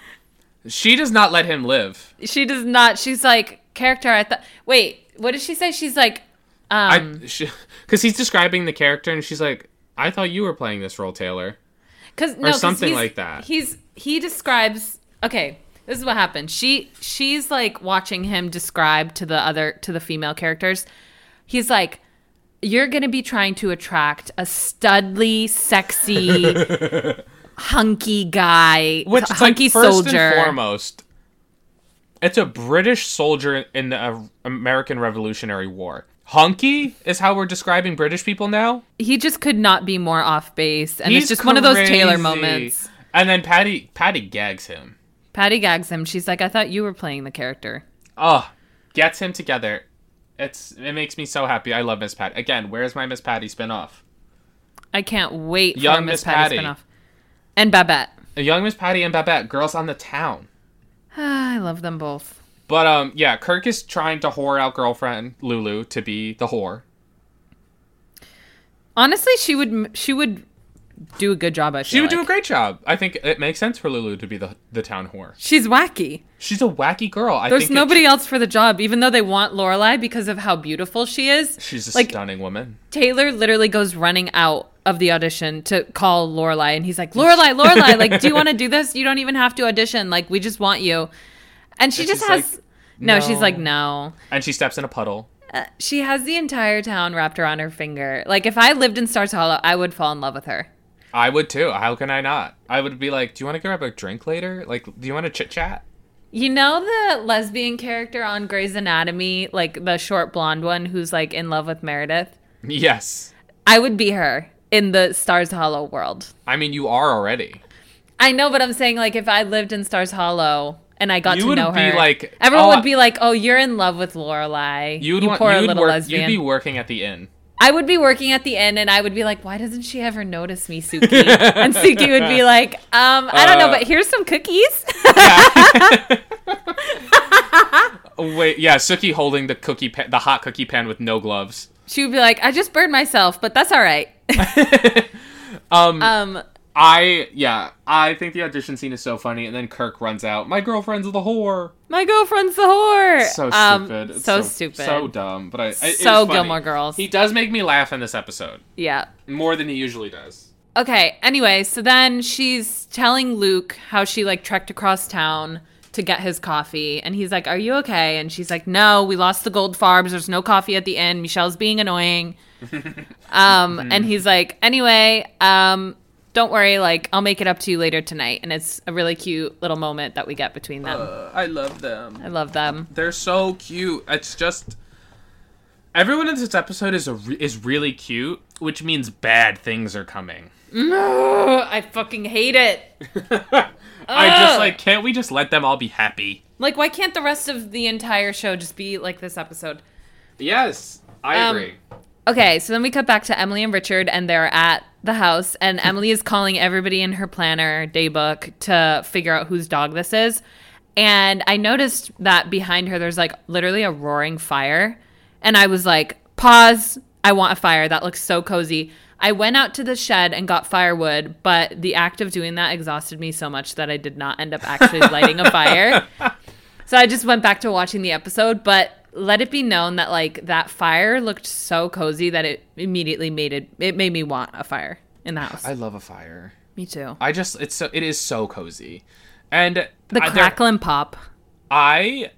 Speaker 5: She does not let him live.
Speaker 4: she does not. She's like character. I thought. Wait, what did she say? She's like, um,
Speaker 5: I because he's describing the character, and she's like, "I thought you were playing this role, Taylor."
Speaker 4: because no, 'cause
Speaker 5: something
Speaker 4: he's-
Speaker 5: like that.
Speaker 4: He's he describes. Okay, this is what happened. She she's like watching him describe to the other to the female characters. He's like. You're gonna be trying to attract a studly, sexy, hunky guy,
Speaker 5: Which is like
Speaker 4: hunky
Speaker 5: first
Speaker 4: soldier.
Speaker 5: and foremost, it's a British soldier in the uh, American Revolutionary War. Hunky is how we're describing British people now.
Speaker 4: he just could not be more off base, and it's just one of those Taylor
Speaker 5: crazy.
Speaker 4: moments.
Speaker 5: And then Patty Patty gags him.
Speaker 4: Patty gags him. She's like, I thought you were playing the character.
Speaker 5: Oh, gets him together. It's it makes me so happy. I love Miss Patty. Again, where's my Miss Patty spinoff?
Speaker 4: I can't wait for
Speaker 5: Young
Speaker 4: a Miss
Speaker 5: Miss
Speaker 4: Patty,
Speaker 5: Patty.
Speaker 4: spinoff. And Babette.
Speaker 5: A young Miss Patty and Babette, girls on the town.
Speaker 4: Ah, I love them both.
Speaker 5: But um, yeah, Kirk is trying to whore out girlfriend Lulu to be the whore.
Speaker 4: Honestly, she would she would do a good job. I feel
Speaker 5: She would do a
Speaker 4: like.
Speaker 5: great job. I think it makes sense for Lulu to be the the town whore.
Speaker 4: She's wacky.
Speaker 5: She's a wacky girl. I
Speaker 4: There's
Speaker 5: think it-
Speaker 4: nobody else for the job, even though they want Lorelai because of how beautiful she is.
Speaker 5: she's a
Speaker 4: like
Speaker 5: stunning woman.
Speaker 4: Taylor literally goes running out of the audition to call Lorelai, and he's like, "Lorelai, Lorelai, like, do you want to do this? You don't even have to audition. Like, we just want you." And she
Speaker 5: And
Speaker 4: just
Speaker 5: she's
Speaker 4: has
Speaker 5: like,
Speaker 4: no, She's like,
Speaker 5: "No."
Speaker 4: "No."
Speaker 5: And she steps in a puddle.
Speaker 4: She has the entire town wrapped around her finger. Like, if I lived in Stars Hollow, I would fall in love with her.
Speaker 5: I would too. How can I not? I would be like, "Do you want to grab a drink later? Like, do you want to chit chat?"
Speaker 4: You know the lesbian character on Grey's Anatomy, like the short blonde one who's like in love with Meredith.
Speaker 5: Yes.
Speaker 4: I would be her in the Stars Hollow world.
Speaker 5: I mean, you are already.
Speaker 4: I know, but I'm saying like if I lived in Stars Hollow and I got
Speaker 5: You
Speaker 4: to
Speaker 5: would
Speaker 4: know
Speaker 5: be
Speaker 4: her,
Speaker 5: like,
Speaker 4: everyone
Speaker 5: oh,
Speaker 4: would be like, "Oh, you're in love with Lorelai.
Speaker 5: You'd
Speaker 4: you
Speaker 5: want.
Speaker 4: poor
Speaker 5: you'd
Speaker 4: little
Speaker 5: work-
Speaker 4: lesbian."
Speaker 5: You'd be working at the inn.
Speaker 4: I would be working at the inn, and I would be like, "Why doesn't she ever notice me, Suki?" and Suki would be like, um, "I don't know,
Speaker 5: Uh,
Speaker 4: but here's some cookies."
Speaker 5: Oh, wait, yeah, Suki holding the cookie, pa- the hot cookie pan with no gloves.
Speaker 4: she would be like, "I just burned myself, but that's all right." um, um,
Speaker 5: I yeah, I think the audition scene is so funny, and then Kirk runs out. My girlfriend's the whore.
Speaker 4: my girlfriend's the whore.
Speaker 5: So
Speaker 4: Um,
Speaker 5: stupid. It's
Speaker 4: so, stupid.
Speaker 5: So dumb. But I. I it
Speaker 4: So
Speaker 5: was funny.
Speaker 4: Gilmore Girls.
Speaker 5: He does make me laugh in this episode
Speaker 4: yeah.
Speaker 5: more than he usually does.
Speaker 4: Okay. Anyway, so then she's telling Luke how she like trekked across town to get his coffee, and he's like, "Are you okay?" And she's like, "No, we lost the gold farbs. There's no coffee at the inn. Michelle's being annoying." um,
Speaker 5: Hmm.
Speaker 4: and he's like, "Anyway, um, don't worry. Like, I'll make it up to you later tonight." And it's a really cute little moment that we get between them.
Speaker 5: Uh, I love them.
Speaker 4: I love them.
Speaker 5: They're so cute. It's just everyone in this episode is a re- is really cute, which means bad things are coming.
Speaker 4: Ugh, I fucking hate it.
Speaker 5: I just
Speaker 4: Ugh.
Speaker 5: like can't we just let them all be happy?
Speaker 4: Like, why can't the rest of the entire show just be like this episode?
Speaker 5: Yes, I
Speaker 4: Um,
Speaker 5: agree.
Speaker 4: Okay, so then we cut back to Emily and Richard, and they're at the house, and Emily is calling everybody in her planner daybook to figure out whose dog this is. And I noticed that behind her, there's like literally a roaring fire. And I was like, pause. I want a fire. That looks so cozy. I went out to the shed and got firewood, but the act of doing that exhausted me so much that I did not end up actually lighting a fire. So I just went back to watching the episode, but let it be known that like that fire looked so cozy that it immediately made it it made me want a fire in the house.
Speaker 5: I love a fire.
Speaker 4: me too.
Speaker 5: I just it's so it is so cozy, and
Speaker 4: the
Speaker 5: I, there-
Speaker 4: crackle and pop.
Speaker 5: I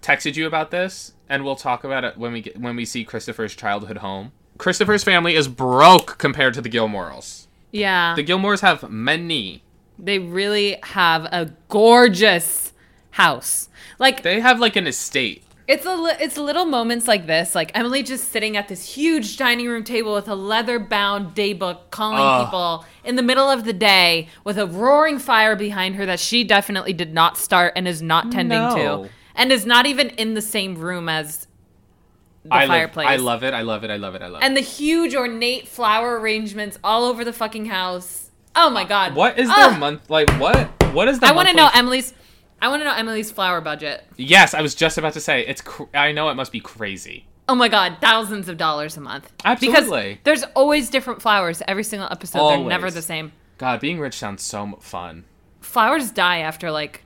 Speaker 5: texted you about this, and we'll talk about it when we get when we see Christopher's childhood home. Christopher's family is broke compared to the Gilmores.
Speaker 4: Yeah.
Speaker 5: The Gilmores have money.
Speaker 4: they really have a gorgeous house. Like
Speaker 5: They have like an estate.
Speaker 4: it's a li- it's little moments like this, like Emily just sitting at this huge dining room table with a leather-bound daybook calling
Speaker 5: Ugh.
Speaker 4: people in the middle of the day with a roaring fire behind her that she definitely did not start and is not tending
Speaker 5: No.
Speaker 4: to and is not even in the same room as the
Speaker 5: I
Speaker 4: fireplace.
Speaker 5: Love, I love it. I love it. I love it. I love
Speaker 4: and the huge ornate flower arrangements all over the fucking house. Oh my god.
Speaker 5: it. What is
Speaker 4: Ugh.
Speaker 5: their month like? What what is the?
Speaker 4: I want to
Speaker 5: monthly-
Speaker 4: know Emily's. I want to know Emily's flower budget.
Speaker 5: Yes, I was just about to say it's. Cr- I know it must be crazy.
Speaker 4: Oh my god, thousands of dollars a month. Because
Speaker 5: Absolutely.
Speaker 4: there's always different flowers every single episode. They're never
Speaker 5: Always.
Speaker 4: the same.
Speaker 5: God, being rich sounds so m- fun.
Speaker 4: Flowers die after like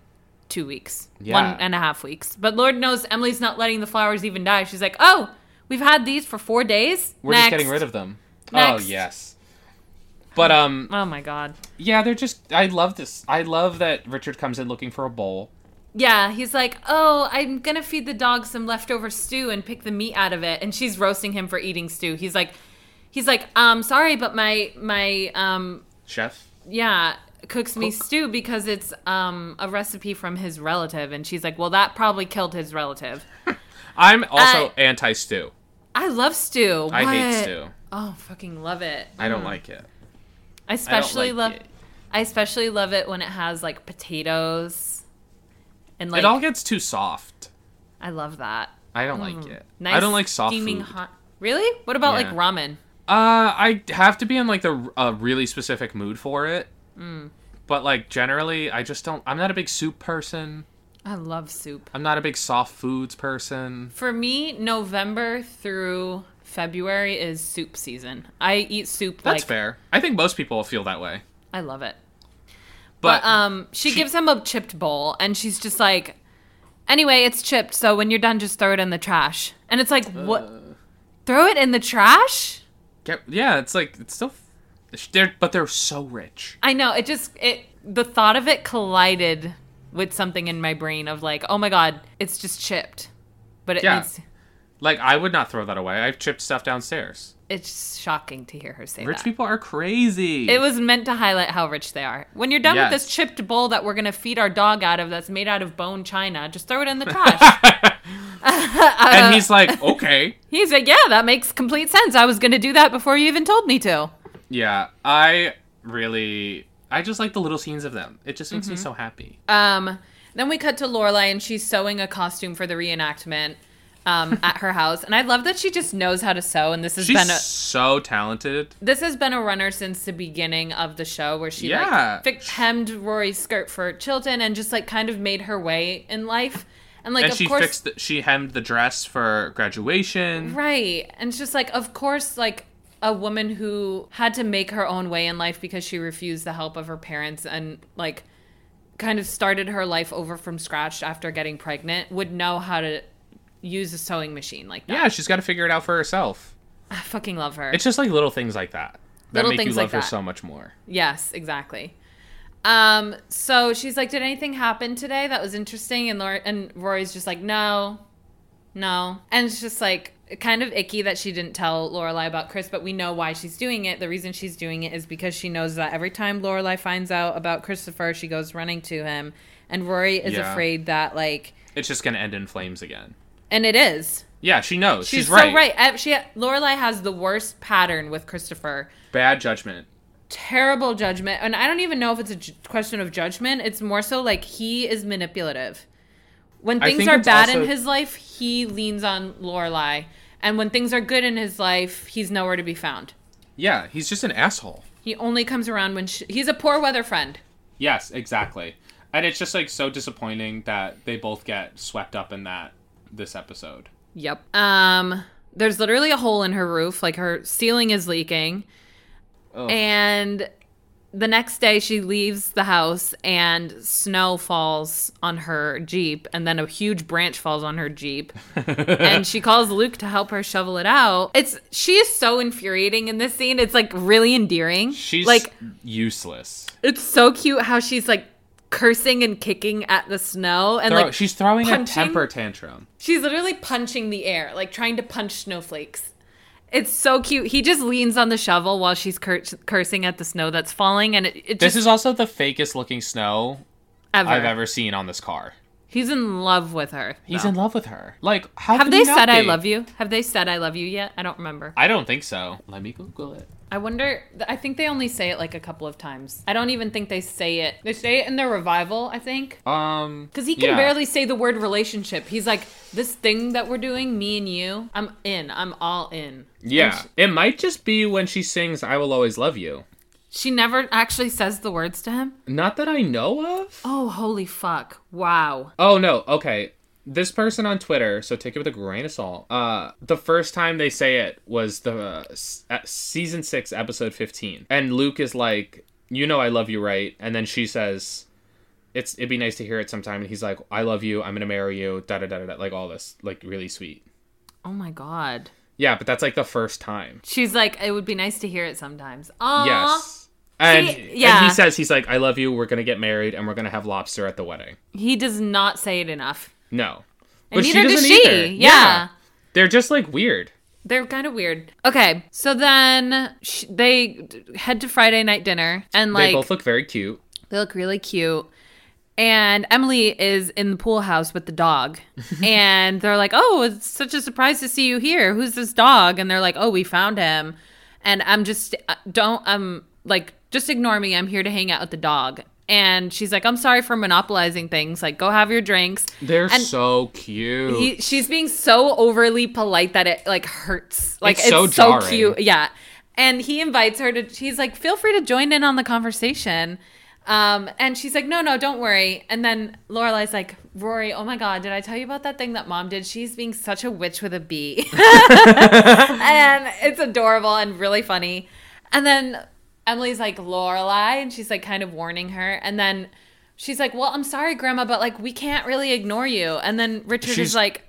Speaker 4: two weeks,
Speaker 5: Yeah.
Speaker 4: one and a half weeks. But Lord knows Emily's not letting the flowers even die. She's like, oh, we've had these for four days.
Speaker 5: We're just getting rid of them.
Speaker 4: Next.
Speaker 5: Oh yes. But um,
Speaker 4: Oh my god.
Speaker 5: yeah, they're just. I love this. I love that Richard comes in looking for a bowl.
Speaker 4: Yeah, he's like, oh, I'm gonna feed the dog some leftover stew and pick the meat out of it, and she's roasting him for eating stew. He's like, he's like, um, sorry, but my my um
Speaker 5: Chef.
Speaker 4: yeah cooks me stew because it's um a recipe from his relative and she's like well that probably killed his relative
Speaker 5: I'm also
Speaker 4: Uh,
Speaker 5: anti stew.
Speaker 4: i love stew
Speaker 5: I hate
Speaker 4: What?
Speaker 5: stew.
Speaker 4: oh fucking love it
Speaker 5: I don't like it.
Speaker 4: i especially
Speaker 5: like
Speaker 4: love
Speaker 5: it.
Speaker 4: i especially love it when it has like potatoes and like
Speaker 5: it all gets too soft.
Speaker 4: i love that
Speaker 5: I don't like it. I don't like soft
Speaker 4: Hmm. steaming
Speaker 5: food.
Speaker 4: hot really what about
Speaker 5: Yeah.
Speaker 4: like ramen
Speaker 5: Uh, I have to be in like the a really specific mood for it.
Speaker 4: Hmm.
Speaker 5: But like generally, I just don't. I'm not a big soup person.
Speaker 4: i love soup
Speaker 5: I'm not a big soft foods person.
Speaker 4: For me, November through February is soup season. I eat soup
Speaker 5: That's
Speaker 4: like
Speaker 5: fair. I think most people feel that way.
Speaker 4: I love it.
Speaker 5: But,
Speaker 4: But um she, gives him a chipped bowl and she's just like Anyway, it's chipped, so when you're done just throw it in the trash. And it's like what
Speaker 5: Uh.
Speaker 4: Throw it in the trash?
Speaker 5: get, yeah, it's like it's still. They're but they're so rich.
Speaker 4: I know, it just it the thought of it collided with something in my brain of like, "Oh my god, it's just chipped." But it
Speaker 5: Yeah.
Speaker 4: needs
Speaker 5: Like I would not throw that away. I've chipped stuff downstairs.
Speaker 4: it's shocking to hear her say
Speaker 5: Rich
Speaker 4: that.
Speaker 5: people are crazy.
Speaker 4: It was meant to highlight how rich they are. When you're done with this
Speaker 5: Yes.
Speaker 4: chipped bowl that we're gonna feed our dog out of, that's made out of bone china, just throw it in the trash.
Speaker 5: and he's like, okay.
Speaker 4: He's like, "Yeah, that makes complete sense. I was gonna do that before you even told me to."
Speaker 5: Yeah, I really, I just like the little scenes of them. It just
Speaker 4: Mm-hmm.
Speaker 5: makes me so happy.
Speaker 4: Um, then we cut to Lorelai, and she's sewing a costume for the reenactment um, at her house, and I love that she just knows how to sew. And this has
Speaker 5: She's
Speaker 4: been a,
Speaker 5: so talented.
Speaker 4: this has been a runner since the beginning of the show where she
Speaker 5: Yeah.
Speaker 4: like fi- hemmed Rory's skirt for Chilton and just like kind of made her way in life. And like
Speaker 5: and
Speaker 4: of
Speaker 5: she
Speaker 4: course
Speaker 5: fixed, the, she hemmed the dress for graduation.
Speaker 4: Right. And it's just like, of course, like a woman who had to make her own way in life because she refused the help of her parents and like kind of started her life over from scratch after getting pregnant would know how to use a sewing machine like that.
Speaker 5: Yeah, she's got to figure it out for herself.
Speaker 4: I fucking love her.
Speaker 5: It's just like little things like that that
Speaker 4: Little
Speaker 5: make you
Speaker 4: things
Speaker 5: love
Speaker 4: like
Speaker 5: her
Speaker 4: that.
Speaker 5: so much more.
Speaker 4: Yes, exactly. Um, so she's like, "Did anything happen today that was interesting?" And Laura, and Rory's just like, "No, no," and it's just like kind of icky that she didn't tell Lorelai about Chris, but we know why she's doing it. The reason she's doing it is because she knows that every time Lorelai finds out about Christopher, she goes running to him, and Rory is
Speaker 5: Yeah.
Speaker 4: afraid that like,
Speaker 5: It's just gonna end in flames again.
Speaker 4: and it is.
Speaker 5: Yeah, she knows. She's,
Speaker 4: She's,
Speaker 5: right.
Speaker 4: so right. Uh, She Lorelai has the worst pattern with Christopher.
Speaker 5: Bad judgment.
Speaker 4: terrible judgment and i don't even know if it's a ju- question of judgment it's more so like he is manipulative when
Speaker 5: I
Speaker 4: things
Speaker 5: think
Speaker 4: are
Speaker 5: it's
Speaker 4: bad in
Speaker 5: also-
Speaker 4: his life he leans on lorelei and when things are good in his life he's nowhere to be found
Speaker 5: Yeah, he's just an asshole.
Speaker 4: he only comes around when she- he's a poor weather friend
Speaker 5: Yes, exactly. And it's just like so disappointing that they both get swept up in that this episode.
Speaker 4: yep um there's literally a hole in her roof like her ceiling is leaking
Speaker 5: Ugh.
Speaker 4: and the next day she leaves the house and snow falls on her jeep and then a huge branch falls on her jeep and she calls Luke to help her shovel it out. It's she is so infuriating in this scene. It's like really endearing.
Speaker 5: She's
Speaker 4: like
Speaker 5: useless.
Speaker 4: it's so cute how she's like cursing and kicking at the snow and
Speaker 5: Throw-
Speaker 4: like
Speaker 5: she's throwing a
Speaker 4: punching?
Speaker 5: temper tantrum.
Speaker 4: She's literally punching the air, like trying to punch snowflakes. It's so cute. He just leans on the shovel while she's cur- cursing at the snow that's falling, and it, it
Speaker 5: This
Speaker 4: just
Speaker 5: is also the fakest looking snow
Speaker 4: ever.
Speaker 5: I've ever seen on this car.
Speaker 4: He's in love with her.
Speaker 5: He's
Speaker 4: though.
Speaker 5: in love with her. Like, how
Speaker 4: Have
Speaker 5: could
Speaker 4: they
Speaker 5: he not
Speaker 4: said "I
Speaker 5: be?
Speaker 4: love you"? Have they said "I love you" yet? I don't remember.
Speaker 5: I don't think so. Let me Google it.
Speaker 4: I wonder. I think they only say it like a couple of times. I don't even think they say it. They say it in their revival, I think,
Speaker 5: Um,
Speaker 4: because he can
Speaker 5: yeah.
Speaker 4: barely say the word relationship. He's like, "This thing that we're doing, me and you, I'm in. I'm all in."
Speaker 5: Yeah, it might just be when she sings "I Will Always Love You."
Speaker 4: She never actually says the words to him.
Speaker 5: Not that I know of.
Speaker 4: Oh, holy fuck. Wow.
Speaker 5: Oh no, okay. This person on Twitter, so take it with a grain of salt. Uh, the first time they say it was the uh, s- uh, season six, episode fifteen, and Luke is like, "You know I love you, right?" And then she says, "It's it'd be nice to hear it sometime." And he's like, "I love you. I'm gonna marry you." Da da da da. da, Like all this, like really sweet.
Speaker 4: Oh my god.
Speaker 5: Yeah, but that's like the first time.
Speaker 4: She's like, it would be nice to hear it sometimes. Aw.
Speaker 5: Yes. And,
Speaker 4: See,
Speaker 5: and
Speaker 4: yeah.
Speaker 5: he says he's like, "I love you. We're gonna get married, and we're gonna have lobster at the wedding."
Speaker 4: He does not say it enough.
Speaker 5: No,
Speaker 4: And neither does she. Yeah.
Speaker 5: they're just like weird.
Speaker 4: They're kind of weird. Okay. So then sh- they d- head to Friday night dinner and like
Speaker 5: they both look very cute.
Speaker 4: They look really cute. And Emily is in the pool house with the dog. and they're like, Oh, it's such a surprise to see you here. Who's this dog? And they're like, Oh, we found him. And I'm just, uh, don't, I'm like, just ignore me. I'm here to hang out with the dog. And she's like, I'm sorry for monopolizing things. Like, go have your drinks.
Speaker 5: They're
Speaker 4: And
Speaker 5: so cute.
Speaker 4: He, she's being so overly polite that it like hurts. Like
Speaker 5: It's
Speaker 4: it's,
Speaker 5: so
Speaker 4: so,
Speaker 5: jarring.
Speaker 4: cute. Yeah. And he invites her to he's like, feel free to join in on the conversation. Um, and she's like, no, no, don't worry. And then Lorelai's like, Rory, oh my God, did I tell you about that thing that mom did? She's being such a witch with a bee. and it's adorable and really funny. And then Emily's like Lorelai, and she's like kind of warning her. And then she's like, "Well, I'm sorry, Grandma, but like we can't really ignore you." And then Richard
Speaker 5: She's-
Speaker 4: is like,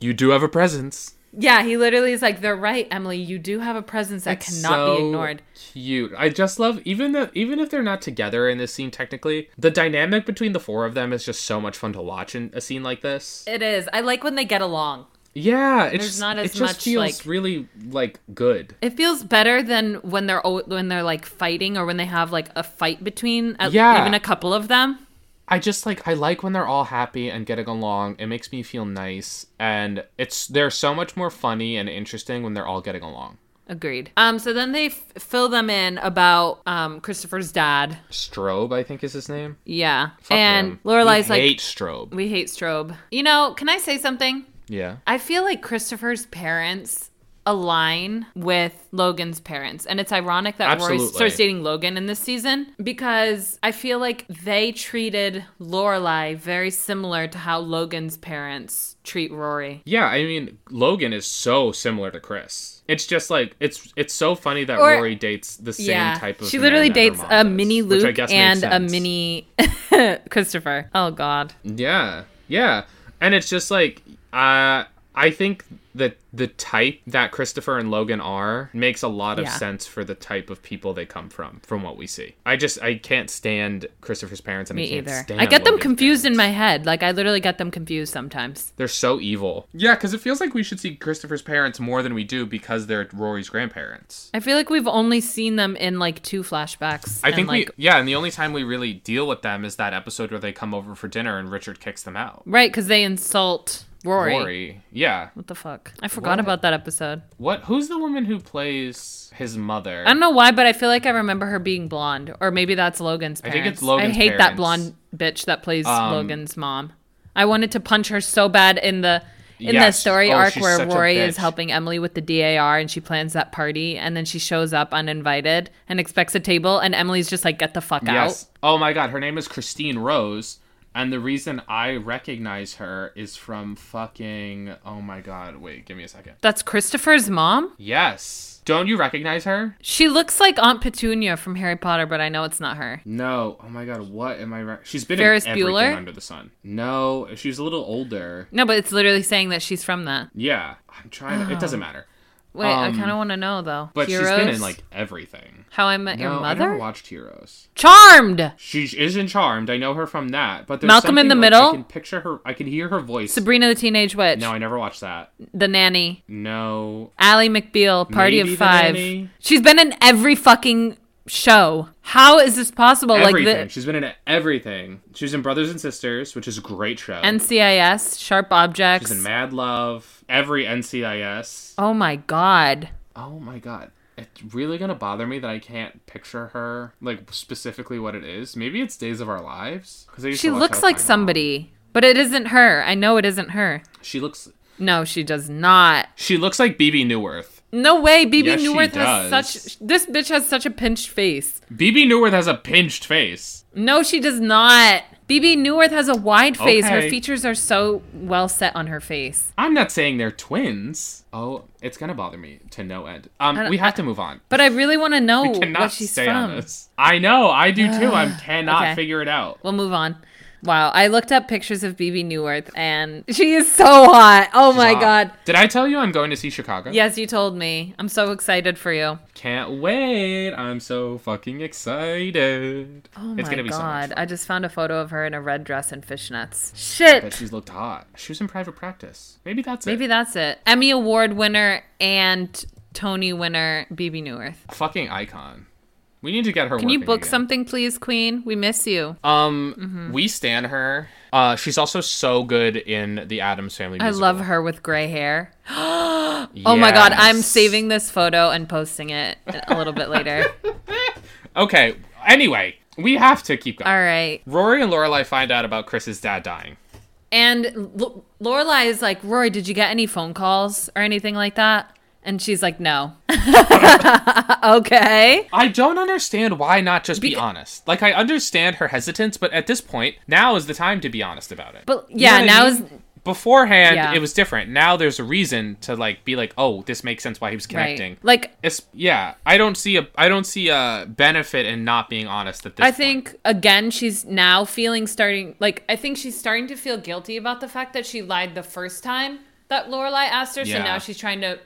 Speaker 5: you do have a presence.
Speaker 4: "Yeah, he literally is like, they're right, Emily. You do have a presence that cannot
Speaker 5: So
Speaker 4: be ignored."
Speaker 5: Cute. I just love even the even if they're not together in this scene technically, the dynamic between the four of them is just so much fun to watch in a scene like this.
Speaker 4: It is. I like when they get along.
Speaker 5: Yeah, it's
Speaker 4: There's
Speaker 5: just,
Speaker 4: not
Speaker 5: it
Speaker 4: as
Speaker 5: just
Speaker 4: much,
Speaker 5: feels
Speaker 4: like-
Speaker 5: really like good.
Speaker 4: It feels better than when they're o- when they're like fighting or when they have like a fight between at-
Speaker 5: Yeah.
Speaker 4: even a couple of them.
Speaker 5: I just like I like when they're all happy and getting along. It makes me feel nice, and it's they're so much more funny and interesting when they're all getting along.
Speaker 4: Agreed. Um, so then they f- fill them in about um Christopher's dad.
Speaker 5: Strobe, I think is his name.
Speaker 4: Yeah,
Speaker 5: Fuck
Speaker 4: and
Speaker 5: him.
Speaker 4: Lorelai's
Speaker 5: We
Speaker 4: like,
Speaker 5: hate Strobe.
Speaker 4: We hate strobe. You know, can I say something?
Speaker 5: Yeah.
Speaker 4: I feel like Christopher's parents align with Logan's parents. And it's ironic that Rory
Speaker 5: Absolutely.
Speaker 4: starts dating Logan in this season because I feel like they treated Lorelai very similar to how Logan's parents treat Rory.
Speaker 5: Yeah, I mean Logan is so similar to Chris. It's just like it's it's so funny that
Speaker 4: Or-
Speaker 5: Rory dates the same type of.
Speaker 4: she
Speaker 5: man
Speaker 4: literally
Speaker 5: that her
Speaker 4: dates
Speaker 5: mom
Speaker 4: a
Speaker 5: does,
Speaker 4: mini
Speaker 5: which I
Speaker 4: Luke
Speaker 5: guess
Speaker 4: and
Speaker 5: makes
Speaker 4: a
Speaker 5: sense.
Speaker 4: mini Christopher. Oh God,
Speaker 5: Yeah, yeah, and it's just like uh, I think that the type that Christopher and Logan are makes a lot of
Speaker 4: Yeah.
Speaker 5: sense for the type of people they come from, from what we see. I just I can't stand Christopher's parents, and
Speaker 4: me
Speaker 5: I can't
Speaker 4: either.
Speaker 5: stand
Speaker 4: I get them
Speaker 5: Logan's
Speaker 4: confused
Speaker 5: parents.
Speaker 4: in my head. Like I literally get them confused sometimes.
Speaker 5: They're so evil. Yeah, because it feels like we should see Christopher's parents more than we do because they're Rory's grandparents.
Speaker 4: I feel like we've only seen them in like two flashbacks.
Speaker 5: I
Speaker 4: and,
Speaker 5: think
Speaker 4: like,
Speaker 5: we yeah, and the only time we really deal with them is that episode where they come over for dinner and Richard kicks them out.
Speaker 4: right because they insult Rory.
Speaker 5: Rory. Yeah.
Speaker 4: What the fuck? I forgot
Speaker 5: What?
Speaker 4: about that episode.
Speaker 5: What who's the woman who plays his mother?
Speaker 4: I don't know why, but I feel like I remember her being blonde, or maybe that's Logan's.
Speaker 5: I
Speaker 4: Parents.
Speaker 5: think it's Logan's
Speaker 4: I hate
Speaker 5: parents.
Speaker 4: that blonde bitch that plays
Speaker 5: Um,
Speaker 4: Logan's mom. I wanted to punch her so bad in the. In
Speaker 5: Yes.
Speaker 4: the story
Speaker 5: Oh,
Speaker 4: arc
Speaker 5: she's
Speaker 4: where
Speaker 5: such a
Speaker 4: Rory is
Speaker 5: bitch.
Speaker 4: helping Emily with the DAR and she plans that party and then she shows up uninvited and expects a table and Emily's just like get the fuck
Speaker 5: Yes. Oh my god, her name is Christine Rose. And the reason I recognize her is from fucking oh my god, wait, give me a second.
Speaker 4: out. That's Christopher's mom?
Speaker 5: Yes. Don't you recognize her?
Speaker 4: She looks like Aunt Petunia from Harry Potter, but I know it's not her.
Speaker 5: No. Oh my god, what am I re- She's been
Speaker 4: Ferris
Speaker 5: in everything
Speaker 4: Bueller?
Speaker 5: under the sun. No, she's a little older.
Speaker 4: No, but it's literally saying that she's from that.
Speaker 5: Yeah, I'm trying. To, it doesn't matter.
Speaker 4: Wait, I
Speaker 5: Um,
Speaker 4: kind of want to know though.
Speaker 5: But
Speaker 4: Heroes,
Speaker 5: she's been in like everything.
Speaker 4: How I Met Your
Speaker 5: no, I
Speaker 4: Mother,
Speaker 5: never watched Heroes.
Speaker 4: Charmed,
Speaker 5: She is in Charmed. I know her from that. But there's
Speaker 4: Malcolm in
Speaker 5: something,
Speaker 4: the
Speaker 5: like,
Speaker 4: Middle?
Speaker 5: I can picture her. I can hear her voice.
Speaker 4: Sabrina the Teenage Witch,
Speaker 5: no, I never watched that.
Speaker 4: The Nanny,
Speaker 5: No,
Speaker 4: Ally McBeal, Party
Speaker 5: Maybe
Speaker 4: of
Speaker 5: The
Speaker 4: Five.
Speaker 5: Nanny.
Speaker 4: She's been in every fucking show. How is this possible?
Speaker 5: everything.
Speaker 4: Like the
Speaker 5: She's been in everything. She was in Brothers and Sisters, which is a great show.
Speaker 4: NCIS, Sharp Objects.
Speaker 5: She's in Mad Love, every NCIS.
Speaker 4: oh my god.
Speaker 5: Oh my god. It's really gonna bother me that I can't picture her, like specifically what it is. Maybe it's Days of Our Lives. Because
Speaker 4: She looks like somebody, but it isn't her. I know it isn't her.
Speaker 5: She looks.
Speaker 4: No, she does not.
Speaker 5: She looks like BB Newworth.
Speaker 4: No way. BB
Speaker 5: Yes, she
Speaker 4: Newworth has
Speaker 5: does.
Speaker 4: such. This bitch has such a pinched face.
Speaker 5: BB Newworth has a pinched face.
Speaker 4: No, she does not. BB Newworth has a wide face. Her
Speaker 5: Okay.
Speaker 4: features are so well set on her face.
Speaker 5: I'm not saying they're twins. Oh, it's gonna bother me to no end. Um,
Speaker 4: don't-
Speaker 5: we have to move on.
Speaker 4: But I really want to know
Speaker 5: We cannot
Speaker 4: what she's
Speaker 5: stay
Speaker 4: from.
Speaker 5: on this. I know. I do too. I cannot
Speaker 4: Okay. Oh
Speaker 5: figure it out.
Speaker 4: We'll move on. Wow, I looked up pictures of BB Newworth and she is so hot. Oh my
Speaker 5: Stop.
Speaker 4: god.
Speaker 5: Did I tell you I'm going to see Chicago?
Speaker 4: Yes, you told me. I'm so excited for you.
Speaker 5: Can't wait. I'm so fucking excited.
Speaker 4: Oh
Speaker 5: it's
Speaker 4: my
Speaker 5: gonna be so much
Speaker 4: god.
Speaker 5: fun.
Speaker 4: I just found a photo of her in a red dress and fishnets.
Speaker 5: But
Speaker 4: Shit.
Speaker 5: she's looked hot. She was in private practice. Maybe that's
Speaker 4: Maybe
Speaker 5: it.
Speaker 4: that's it. Emmy Award winner and Tony winner BB Newworth.
Speaker 5: Fucking icon. We need to get her.
Speaker 4: Can you book Mm-hmm. something please, queen? We miss you.
Speaker 5: Um, we stan her. Uh, she's also so good in the Adams Family.
Speaker 4: I
Speaker 5: Musical.
Speaker 4: love her with gray hair. Oh my god, I'm
Speaker 5: Yes.
Speaker 4: saving this photo and posting it a little bit later.
Speaker 5: Okay. Anyway, we have to keep going.
Speaker 4: All right.
Speaker 5: Rory and Lorelai find out about Chris's dad dying.
Speaker 4: And L- Lorelai is like, Rory, did you get any phone calls or anything like that? And she's like, no. okay.
Speaker 5: I don't understand why not just be
Speaker 4: Beca-
Speaker 5: honest. Like I understand her hesitance, but at this point, now is the time to be honest about it.
Speaker 4: But yeah,
Speaker 5: You know
Speaker 4: now
Speaker 5: what I
Speaker 4: is
Speaker 5: mean? beforehand
Speaker 4: Yeah.
Speaker 5: it was different. Now there's a reason to like be like, "Oh, this makes sense why he was connecting."
Speaker 4: right. Like,
Speaker 5: it's yeah, I don't see a I don't see a benefit in not being honest at this
Speaker 4: I
Speaker 5: point.
Speaker 4: think again, she's now feeling starting like I think she's starting to feel guilty about the fact that she lied the first time that Lorelai asked her. So
Speaker 5: Yeah.
Speaker 4: now she's trying to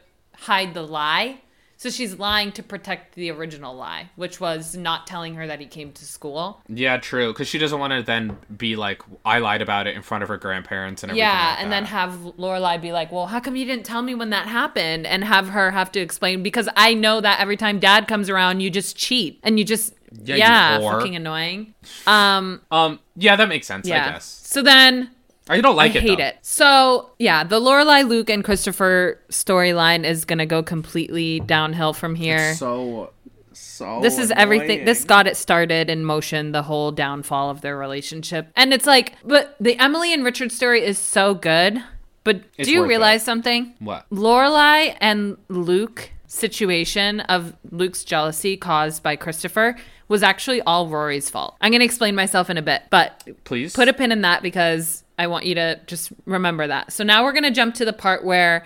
Speaker 4: hide the lie. So she's lying to protect the original lie, which was not telling her that he came to school.
Speaker 5: Yeah, true, cuz she doesn't want to then be like I lied about it in front of her grandparents and everything.
Speaker 4: Yeah,
Speaker 5: like
Speaker 4: and
Speaker 5: that.
Speaker 4: then have Lorelai be like, "Well, how come you didn't tell me when that happened?" And have her have to explain because I know that every time Dad comes around, you just cheat and you just yeah,
Speaker 5: Yeah, you whore.
Speaker 4: fucking annoying. Um,
Speaker 5: Um yeah, that makes sense,
Speaker 4: yeah.
Speaker 5: I guess.
Speaker 4: So then
Speaker 5: I don't like
Speaker 4: I
Speaker 5: it
Speaker 4: hate
Speaker 5: though.
Speaker 4: it. So yeah, the Lorelai, Luke, and Christopher storyline is gonna go completely downhill from here.
Speaker 5: So so
Speaker 4: this is everything. This got it started in motion. The whole downfall of their relationship, and it's like, but the Emily and Richard story is so good. But
Speaker 5: It's
Speaker 4: do you
Speaker 5: worth
Speaker 4: realize
Speaker 5: it.
Speaker 4: something?
Speaker 5: What?
Speaker 4: Lorelai and Luke situation of Luke's jealousy caused by Christopher was actually all Rory's fault. I'm going to explain myself in a bit, but
Speaker 5: Please.
Speaker 4: put a pin in that because I want you to just remember that. So now we're going to jump to the part where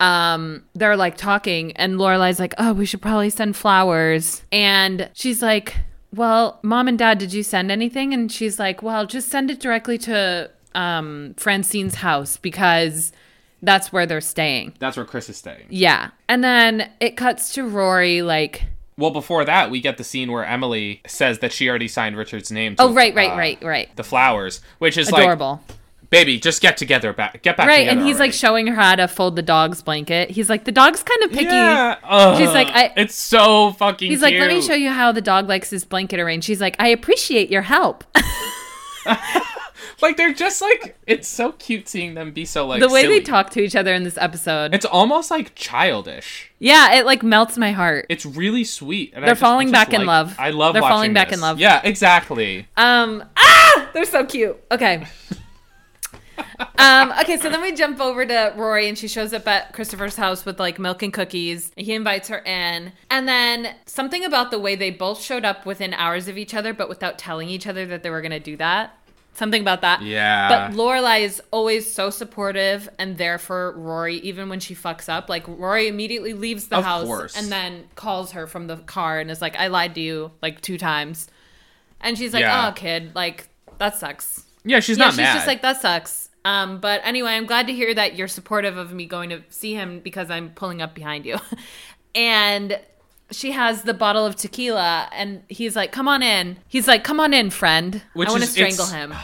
Speaker 4: um they're like talking and Lorelai's like, "Oh, we should probably send flowers." And she's like, "Well, mom and dad, did you send anything?" And she's like, "Well, just send it directly to um Francine's house because that's where they're staying."
Speaker 5: That's where Chris is staying.
Speaker 4: Yeah. And then it cuts to Rory like
Speaker 5: Well, before that, we get the scene where Emily says that she already signed Richard's name. To,
Speaker 4: Oh right, right,
Speaker 5: uh,
Speaker 4: right, right.
Speaker 5: The flowers, which is
Speaker 4: Adorable.
Speaker 5: like, baby, just get together, back, get back
Speaker 4: right,
Speaker 5: together.
Speaker 4: and he's like
Speaker 5: already."
Speaker 4: showing her how to fold the dog's blanket. He's like the dog's kind of picky.
Speaker 5: Yeah, ugh,
Speaker 4: She's like, I-
Speaker 5: it's so fucking.
Speaker 4: He's like, "Let me
Speaker 5: cute."
Speaker 4: show you how the dog likes his blanket arranged." She's like, "I appreciate your help."
Speaker 5: Like they're just like, it's so cute seeing them be so like
Speaker 4: the way
Speaker 5: silly.
Speaker 4: they talk to each other in this episode.
Speaker 5: It's almost like childish.
Speaker 4: yeah, it like melts my heart.
Speaker 5: It's really sweet. And I
Speaker 4: They're
Speaker 5: just- I
Speaker 4: falling
Speaker 5: just
Speaker 4: back in
Speaker 5: like-
Speaker 4: love.
Speaker 5: I love.
Speaker 4: They're
Speaker 5: watching
Speaker 4: falling back in
Speaker 5: this.
Speaker 4: love.
Speaker 5: Yeah, exactly.
Speaker 4: Um, ah, they're so cute. Okay. um, okay, so then we jump over to Rory and she shows up at Christopher's house with like milk and cookies. He invites her in. And then something about the way they both showed up within hours of each other but without telling each other that they were going to do that. Something about that.
Speaker 5: Yeah.
Speaker 4: But Lorelai is always so supportive and there for Rory even when she fucks up. Like Rory immediately leaves the
Speaker 5: Of
Speaker 4: house
Speaker 5: course.
Speaker 4: and then calls her from the car and is like, I lied to you like two times. And she's like,
Speaker 5: Yeah.
Speaker 4: "Oh, kid, like that sucks."
Speaker 5: yeah, she's
Speaker 4: yeah,
Speaker 5: not
Speaker 4: she's
Speaker 5: mad.
Speaker 4: just like, "That sucks." Um, but anyway, I'm glad to hear that you're supportive of me going to see him because I'm pulling up behind you. and she has the bottle of tequila, and he's like, "Come on in." He's like, "Come on in, friend.
Speaker 5: Which
Speaker 4: I want to
Speaker 5: is-
Speaker 4: strangle
Speaker 5: it's-
Speaker 4: him." Like,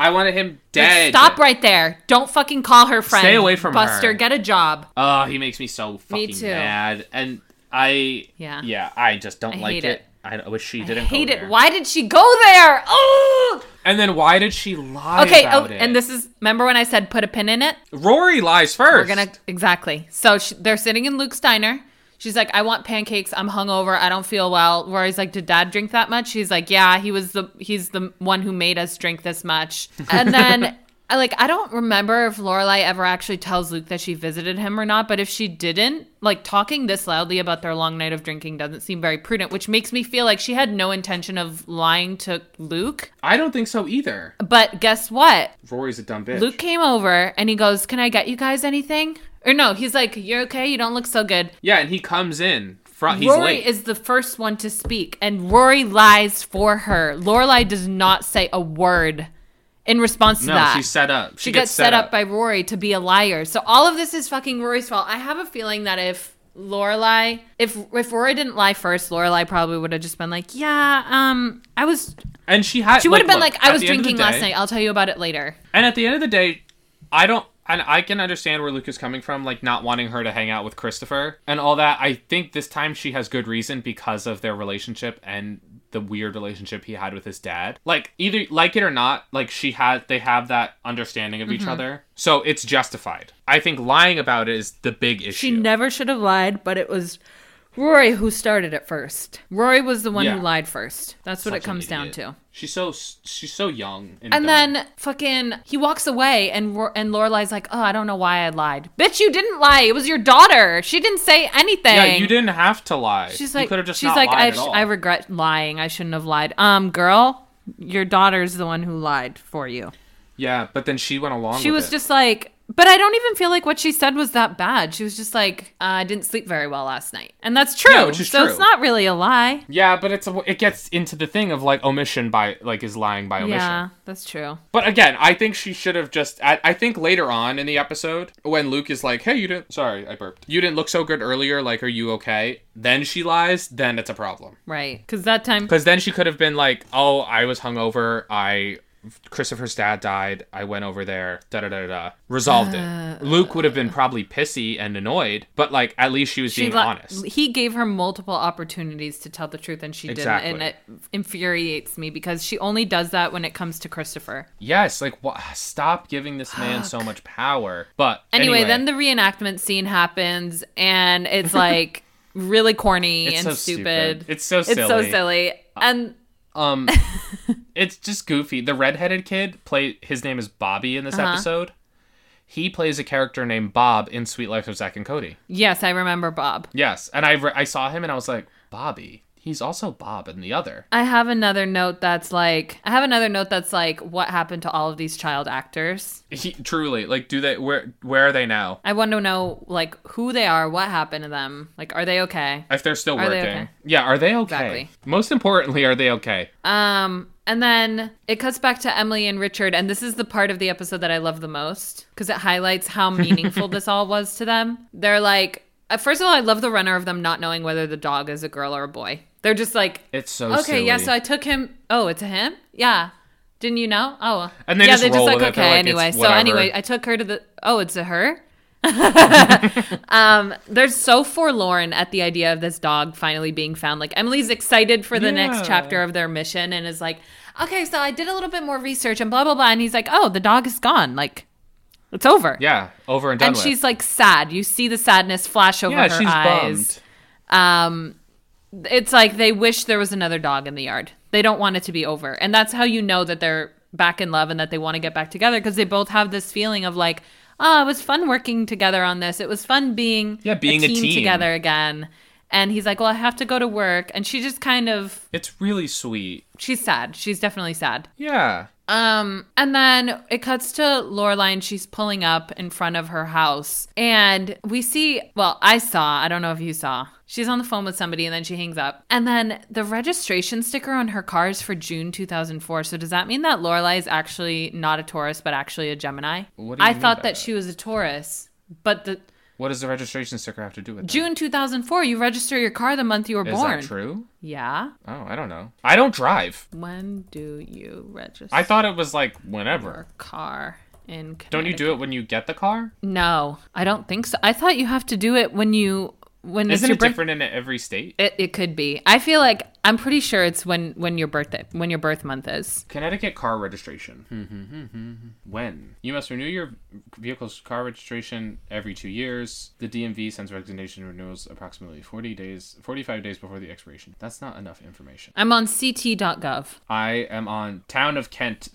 Speaker 5: I wanted him dead.
Speaker 4: stop right there! Don't fucking call her friend.
Speaker 5: Stay away from her.
Speaker 4: Buster. Get a job.
Speaker 5: Oh, he makes me so fucking
Speaker 4: too.
Speaker 5: mad. And I
Speaker 4: Yeah.
Speaker 5: yeah, I just don't
Speaker 4: I
Speaker 5: like
Speaker 4: hate
Speaker 5: it.
Speaker 4: it.
Speaker 5: I wish she
Speaker 4: I
Speaker 5: didn't go
Speaker 4: hate it.
Speaker 5: there.
Speaker 4: Why did she go there? Oh.
Speaker 5: And then why did she lie
Speaker 4: Okay. Oh,
Speaker 5: about it?
Speaker 4: and this is. Remember when I said put a pin in it?
Speaker 5: Rory lies 1st
Speaker 4: We're gonna exactly. So sh they're sitting in Luke's diner. She's like, "I want pancakes. I'm hungover. I don't feel well." Rory's like, "Did Dad drink that much?" She's like, "Yeah, he was the he's the one who made us drink this much." And then, I like, I don't remember if Lorelai ever actually tells Luke that she visited him or not. But if she didn't, like, talking this loudly about their long night of drinking doesn't seem very prudent, which makes me feel like she had no intention of lying to Luke.
Speaker 5: I don't think so either.
Speaker 4: But guess what?
Speaker 5: Rory's a dumb bitch.
Speaker 4: Luke came over and he goes, "Can I get you guys anything?" Or no, he's like, "You're okay. You don't look so good."
Speaker 5: Yeah, and he comes in. Front, he's
Speaker 4: Rory
Speaker 5: late.
Speaker 4: is the first one to speak, and Rory lies for her. Lorelai does not say a word in response to
Speaker 5: no,
Speaker 4: that.
Speaker 5: she's set up. She,
Speaker 4: she gets set up. by Rory to be a liar. So all of this is fucking Rory's fault. I have a feeling that if Lorelai, if if Rory didn't lie first, Lorelai probably would have just been like, "Yeah, um, I was."
Speaker 5: and she had.
Speaker 4: She would have been
Speaker 5: look,
Speaker 4: like, "I
Speaker 5: at
Speaker 4: was
Speaker 5: the end of the
Speaker 4: drinking last
Speaker 5: day-
Speaker 4: night. I'll tell you about it later."
Speaker 5: And at the end of the day, I don't. And I can understand where Luke is coming from, like not wanting her to hang out with Christopher and all that. I think this time she has good reason because of their relationship and the weird relationship he had with his dad. Like either like it or not, like she had they have that understanding of each
Speaker 4: Mm-hmm.
Speaker 5: other. So it's justified. I think lying about it is the big issue.
Speaker 4: She never should have lied, but it was Rory who started it first. Rory was the one
Speaker 5: Yeah.
Speaker 4: who lied first. That's what it comes down to.
Speaker 5: She's so she's so young.
Speaker 4: And then fucking he walks away and Ro- and Lorelai's like, "Oh, I don't know why I lied." Bitch, you didn't lie. It was your daughter. She didn't say anything.
Speaker 5: yeah, you didn't have to lie.
Speaker 4: She's
Speaker 5: you
Speaker 4: like,
Speaker 5: could have just
Speaker 4: she's
Speaker 5: not
Speaker 4: like,
Speaker 5: lied
Speaker 4: I,
Speaker 5: at
Speaker 4: sh-
Speaker 5: all.
Speaker 4: I regret lying. I shouldn't have lied. Um, girl, your daughter's the one who lied for you.
Speaker 5: yeah, but then she went along.
Speaker 4: She
Speaker 5: with
Speaker 4: was
Speaker 5: it.
Speaker 4: just like, but I don't even feel like what she said was that bad. She was just like, uh, I didn't sleep very well last night, and that's true.
Speaker 5: Yeah, which is
Speaker 4: so
Speaker 5: true.
Speaker 4: it's not really a lie.
Speaker 5: Yeah, but it's a, it gets into the thing of like omission by like is lying by omission.
Speaker 4: Yeah, that's true.
Speaker 5: But again, I think she should have just. I, I think later on in the episode when Luke is like, "Hey, you didn't. Sorry, I burped. You didn't look so good earlier. Like, are you okay?" Then she lies. Then it's a problem
Speaker 4: Right. Because that time,
Speaker 5: because then she could have been like, "Oh, I was hungover. I." Christopher's dad died. I went over there. Da da da da, da. Resolved
Speaker 4: Uh.
Speaker 5: it. Luke would have been probably pissy and annoyed, but like at least she was
Speaker 4: she
Speaker 5: being
Speaker 4: li-
Speaker 5: honest.
Speaker 4: he gave her multiple opportunities to tell the truth, and she
Speaker 5: Exactly.
Speaker 4: didn't. And it infuriates me because she only does that when it comes to Christopher.
Speaker 5: Yes, like wha stop giving this man so much power. But
Speaker 4: Anyway, then the reenactment scene happens, and it's like really corny
Speaker 5: It's
Speaker 4: and
Speaker 5: so stupid.
Speaker 4: stupid.
Speaker 5: It's so
Speaker 4: It's so
Speaker 5: silly.
Speaker 4: silly. And
Speaker 5: um it's just goofy. The redheaded kid play his name is Bobby in this
Speaker 4: Uh-huh.
Speaker 5: episode. He plays a character named Bob in Sweet Life of Zack and Cody.
Speaker 4: yes, I remember Bob.
Speaker 5: Yes, and I re- I saw him and I was like, "Bobby, he's also Bob in the other."
Speaker 4: I have another note that's like I have another note that's like what happened to all of these child actors.
Speaker 5: He truly, like do they where where are they now?
Speaker 4: I want to know like who they are, what happened to them. Like are they okay?
Speaker 5: If they're still
Speaker 4: Are
Speaker 5: working.
Speaker 4: they okay?
Speaker 5: Yeah, are they okay?
Speaker 4: Exactly.
Speaker 5: Most importantly, are they okay?
Speaker 4: Um and then it cuts back to Emily and Richard and this is the part of the episode that I love the most cuz it highlights how meaningful this all was to them. They're like uh, first of all I love the runner of them not knowing whether the dog is a girl or a boy. They're just like
Speaker 5: It's so
Speaker 4: Okay,
Speaker 5: silly.
Speaker 4: yeah, so I took him. Oh, it's a him? Yeah. Didn't you know? Oh, well.
Speaker 5: And they
Speaker 4: yeah,
Speaker 5: just
Speaker 4: they're
Speaker 5: roll
Speaker 4: just
Speaker 5: with
Speaker 4: like,
Speaker 5: it. They're
Speaker 4: okay,
Speaker 5: like, it's
Speaker 4: anyway. So,
Speaker 5: whatever.
Speaker 4: anyway, I took her to the. Oh, it's a her? um, they're so forlorn at the idea of this dog finally being found. Like, Emily's excited for the
Speaker 5: Yeah.
Speaker 4: next chapter of their mission and is like, okay, so I did a little bit more research and blah, blah, blah. And he's like, oh, the dog is gone. Like, it's over.
Speaker 5: Yeah, over and done
Speaker 4: And
Speaker 5: with.
Speaker 4: she's like sad. You see the sadness flash over
Speaker 5: yeah,
Speaker 4: her
Speaker 5: she's
Speaker 4: eyes
Speaker 5: bummed.
Speaker 4: um it's like they wish there was another dog in the yard they don't want it to be over and that's how you know that they're back in love and that they want to get back together because they both have this feeling of like oh it was fun working together on this it was fun being
Speaker 5: Yeah, being a team.
Speaker 4: together again and he's like well i have to go to work and she just kind of
Speaker 5: It's really sweet.
Speaker 4: she's sad she's definitely sad
Speaker 5: Yeah.
Speaker 4: um, and then it cuts to Lorelai and she's pulling up in front of her house. And we see, well, I saw, I don't know if you saw, She's on the phone with somebody and then she hangs up. And then the registration sticker on her car is for June 2004. So does that mean that Lorelai is actually not a Taurus but actually a Gemini?
Speaker 5: What do you
Speaker 4: I
Speaker 5: mean
Speaker 4: thought
Speaker 5: by
Speaker 4: that
Speaker 5: that?
Speaker 4: she was a Taurus, but the
Speaker 5: What does the registration sticker have to do with that?
Speaker 4: June 2004 you register your car the month you were
Speaker 5: Is
Speaker 4: born.
Speaker 5: that true?
Speaker 4: Yeah.
Speaker 5: Oh, I don't know. I don't drive.
Speaker 4: When do you register
Speaker 5: I thought it was like whenever.
Speaker 4: your car in Connecticut?
Speaker 5: Don't you do it when you get the car?
Speaker 4: No, I don't think so. I thought you have to do it when you when it's
Speaker 5: Isn't
Speaker 4: your
Speaker 5: it
Speaker 4: birth-
Speaker 5: different in every state?
Speaker 4: It, it could be. I feel like I'm pretty sure it's when when your birthday when your birth month is.
Speaker 5: Connecticut car registration. when? You must renew your vehicle's car registration every two years. The DMV sends resignation renewals approximately 40 days, 45 days before the expiration. That's not enough information.
Speaker 4: I'm on ct.gov.
Speaker 5: I am on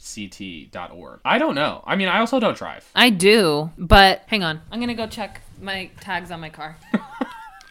Speaker 5: townofkentct.org. I don't know. I mean, I also don't drive.
Speaker 4: I do, but hang on. I'm gonna go check my tags on my car.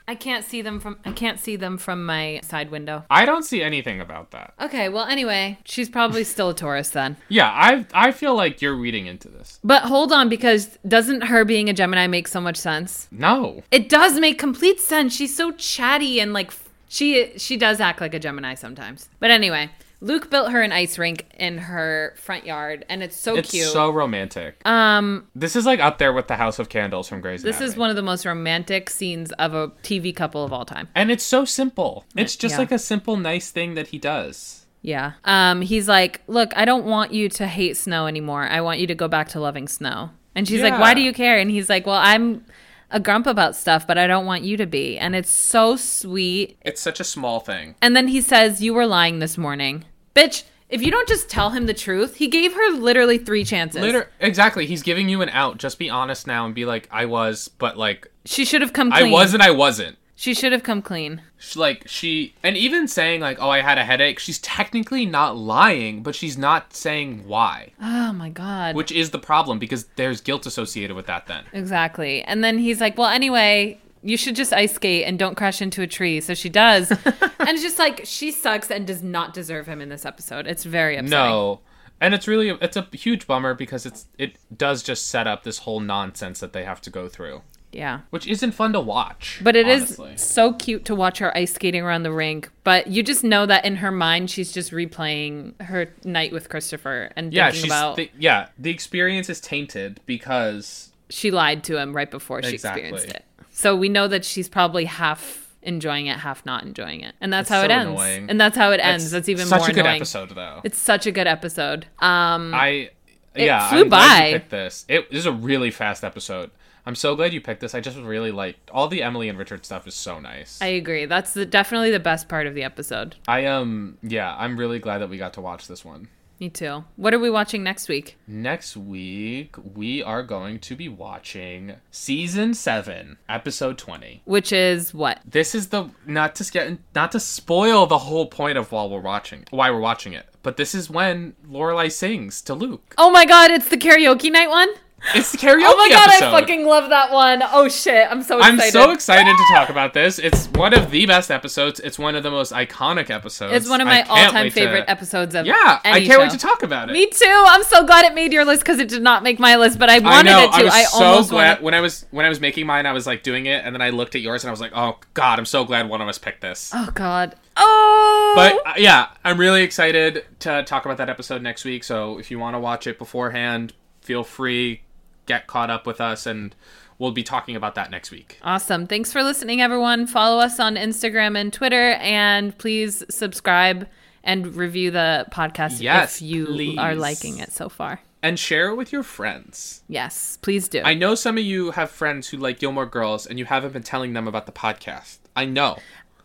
Speaker 4: I can't see them from I can't see them from my side window.
Speaker 5: I don't see anything about that.
Speaker 4: Okay, well anyway, she's probably still a Taurus then.
Speaker 5: Yeah, I I feel like you're reading into this.
Speaker 4: But hold on because doesn't her being a Gemini make so much sense?
Speaker 5: No.
Speaker 4: It does make complete sense. She's so chatty and like f- she she does act like a Gemini sometimes. But anyway, Luke built her an ice rink in her front yard and it's so
Speaker 5: It's
Speaker 4: cute.
Speaker 5: so romantic.
Speaker 4: um
Speaker 5: this is like up there with the House of Candles from Grey's
Speaker 4: this is
Speaker 5: Anatomy.
Speaker 4: one of the most romantic scenes of a TV couple of all time.
Speaker 5: And it's so simple. It's just
Speaker 4: yeah.
Speaker 5: like a simple, nice thing that he does.
Speaker 4: Yeah. Um, he's like, Look, I don't want you to hate snow anymore. I want you to go back to loving snow. And she's like, Why
Speaker 5: Yeah.
Speaker 4: do you care? And he's like, Well, I'm a grump about stuff, but I don't want you to be. And it's so sweet.
Speaker 5: It's such a small thing.
Speaker 4: And then he says, You were lying this morning. Bitch, if you don't just tell him the truth, he gave her literally three chances.
Speaker 5: Liter- exactly. He's giving you an out. Just be honest now and be like, I was, but like,
Speaker 4: she should have come
Speaker 5: I
Speaker 4: clean.
Speaker 5: was and I wasn't.
Speaker 4: She should have come clean.
Speaker 5: She, like, she, and even saying, like, oh, I had a headache, she's technically not lying, but she's not saying why,
Speaker 4: Oh my God.
Speaker 5: which is the problem because there's guilt associated with that then.
Speaker 4: Exactly. And then he's like, well, anyway, you should just ice skate and don't crash into a tree. So she does. and it's just like, she sucks and does not deserve him in this episode. It's very upsetting.
Speaker 5: No. And it's really it's a huge bummer because it's it does just set up this whole nonsense that they have to go through,
Speaker 4: Yeah.
Speaker 5: which isn't fun to watch.
Speaker 4: But it is
Speaker 5: honestly.
Speaker 4: so cute to watch her ice skating around the rink. But you just know that in her mind, she's just replaying her night with Christopher and
Speaker 5: yeah,
Speaker 4: thinking
Speaker 5: she's
Speaker 4: about
Speaker 5: thi- yeah, the experience is tainted because
Speaker 4: she lied to him right before she
Speaker 5: Exactly.
Speaker 4: experienced it. So we know that she's probably half enjoying it, half not enjoying it. And that's,
Speaker 5: That's
Speaker 4: how it
Speaker 5: so
Speaker 4: ends.
Speaker 5: annoying.
Speaker 4: And that's how it
Speaker 5: That's
Speaker 4: ends. That's even
Speaker 5: such
Speaker 4: more
Speaker 5: a good
Speaker 4: annoying.
Speaker 5: episode though.
Speaker 4: It's such a good episode. Um,
Speaker 5: I yeah,
Speaker 4: flew
Speaker 5: I'm glad you
Speaker 4: by.
Speaker 5: picked this. It this is a really fast episode. I'm so glad you picked this. I just really like all the Emily and Richard stuff is so nice.
Speaker 4: I agree. That's the, definitely the best part of the episode.
Speaker 5: I um yeah, I'm really glad that we got to watch this one.
Speaker 4: Me too. What are we watching next week?
Speaker 5: Next week, we are going to be watching season 7, episode 20.
Speaker 4: Which is what?
Speaker 5: This is the not to get not to spoil the whole point of while we're watching why we're watching it. But this is when Lorelai sings to Luke.
Speaker 4: Oh my god! It's the karaoke night one.
Speaker 5: It's the karaoke
Speaker 4: Oh my god!
Speaker 5: episode.
Speaker 4: I fucking love that one. Oh shit! I'm so
Speaker 5: I'm
Speaker 4: excited.
Speaker 5: so excited to talk about this. It's one of the best episodes. It's one of the most iconic episodes.
Speaker 4: It's one of
Speaker 5: I
Speaker 4: my
Speaker 5: can't
Speaker 4: all-time
Speaker 5: wait to-
Speaker 4: favorite episodes of
Speaker 5: Yeah, I
Speaker 4: any
Speaker 5: can't wait
Speaker 4: show.
Speaker 5: to talk about it.
Speaker 4: Me too. I'm so glad it made your list because it did not make my list, but I wanted
Speaker 5: I know.
Speaker 4: it to.
Speaker 5: I was so
Speaker 4: almost
Speaker 5: glad
Speaker 4: wanted.
Speaker 5: when I was when I was making mine. I was like doing it, and then I looked at yours, and I was like, "Oh God, I'm so glad one of us picked this."
Speaker 4: Oh god. Oh.
Speaker 5: But uh, yeah, I'm really excited to talk about that episode next week. So if you want to watch it beforehand, feel free, get caught up with us, and we'll be talking about that next week.
Speaker 4: Awesome. Thanks for listening, everyone. Follow us on Instagram and Twitter, and please subscribe and review the podcast
Speaker 5: Yes,
Speaker 4: if you
Speaker 5: please.
Speaker 4: are liking it so far.
Speaker 5: And share it with your friends.
Speaker 4: Yes, please do.
Speaker 5: I know some of you have friends who like Gilmore Girls, and you haven't been telling them about the podcast. I know.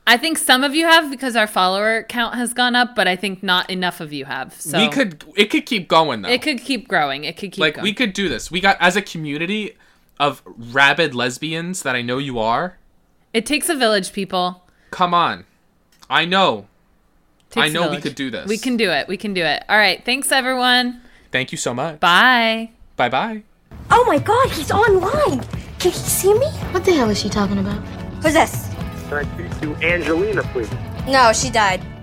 Speaker 4: I think some of you have because our follower count has gone up, but I think not enough of you have. So
Speaker 5: we could. It could keep going though.
Speaker 4: it could keep growing. It could keep
Speaker 5: like
Speaker 4: going.
Speaker 5: we could do this we got as a community of rabid lesbians that i know you are
Speaker 4: it takes a village, people.
Speaker 5: come on i know
Speaker 4: Takes
Speaker 5: I
Speaker 4: a
Speaker 5: know we
Speaker 4: village.
Speaker 5: could do this.
Speaker 4: We can do it. We can do it. All right. Thanks, everyone.
Speaker 5: thank you so much
Speaker 4: Bye.
Speaker 5: bye bye
Speaker 2: Oh my god, he's online! Can he see me? What the hell is she talking about?
Speaker 6: Who's this?
Speaker 7: Can I speak to Angelina, please?
Speaker 6: No, she died.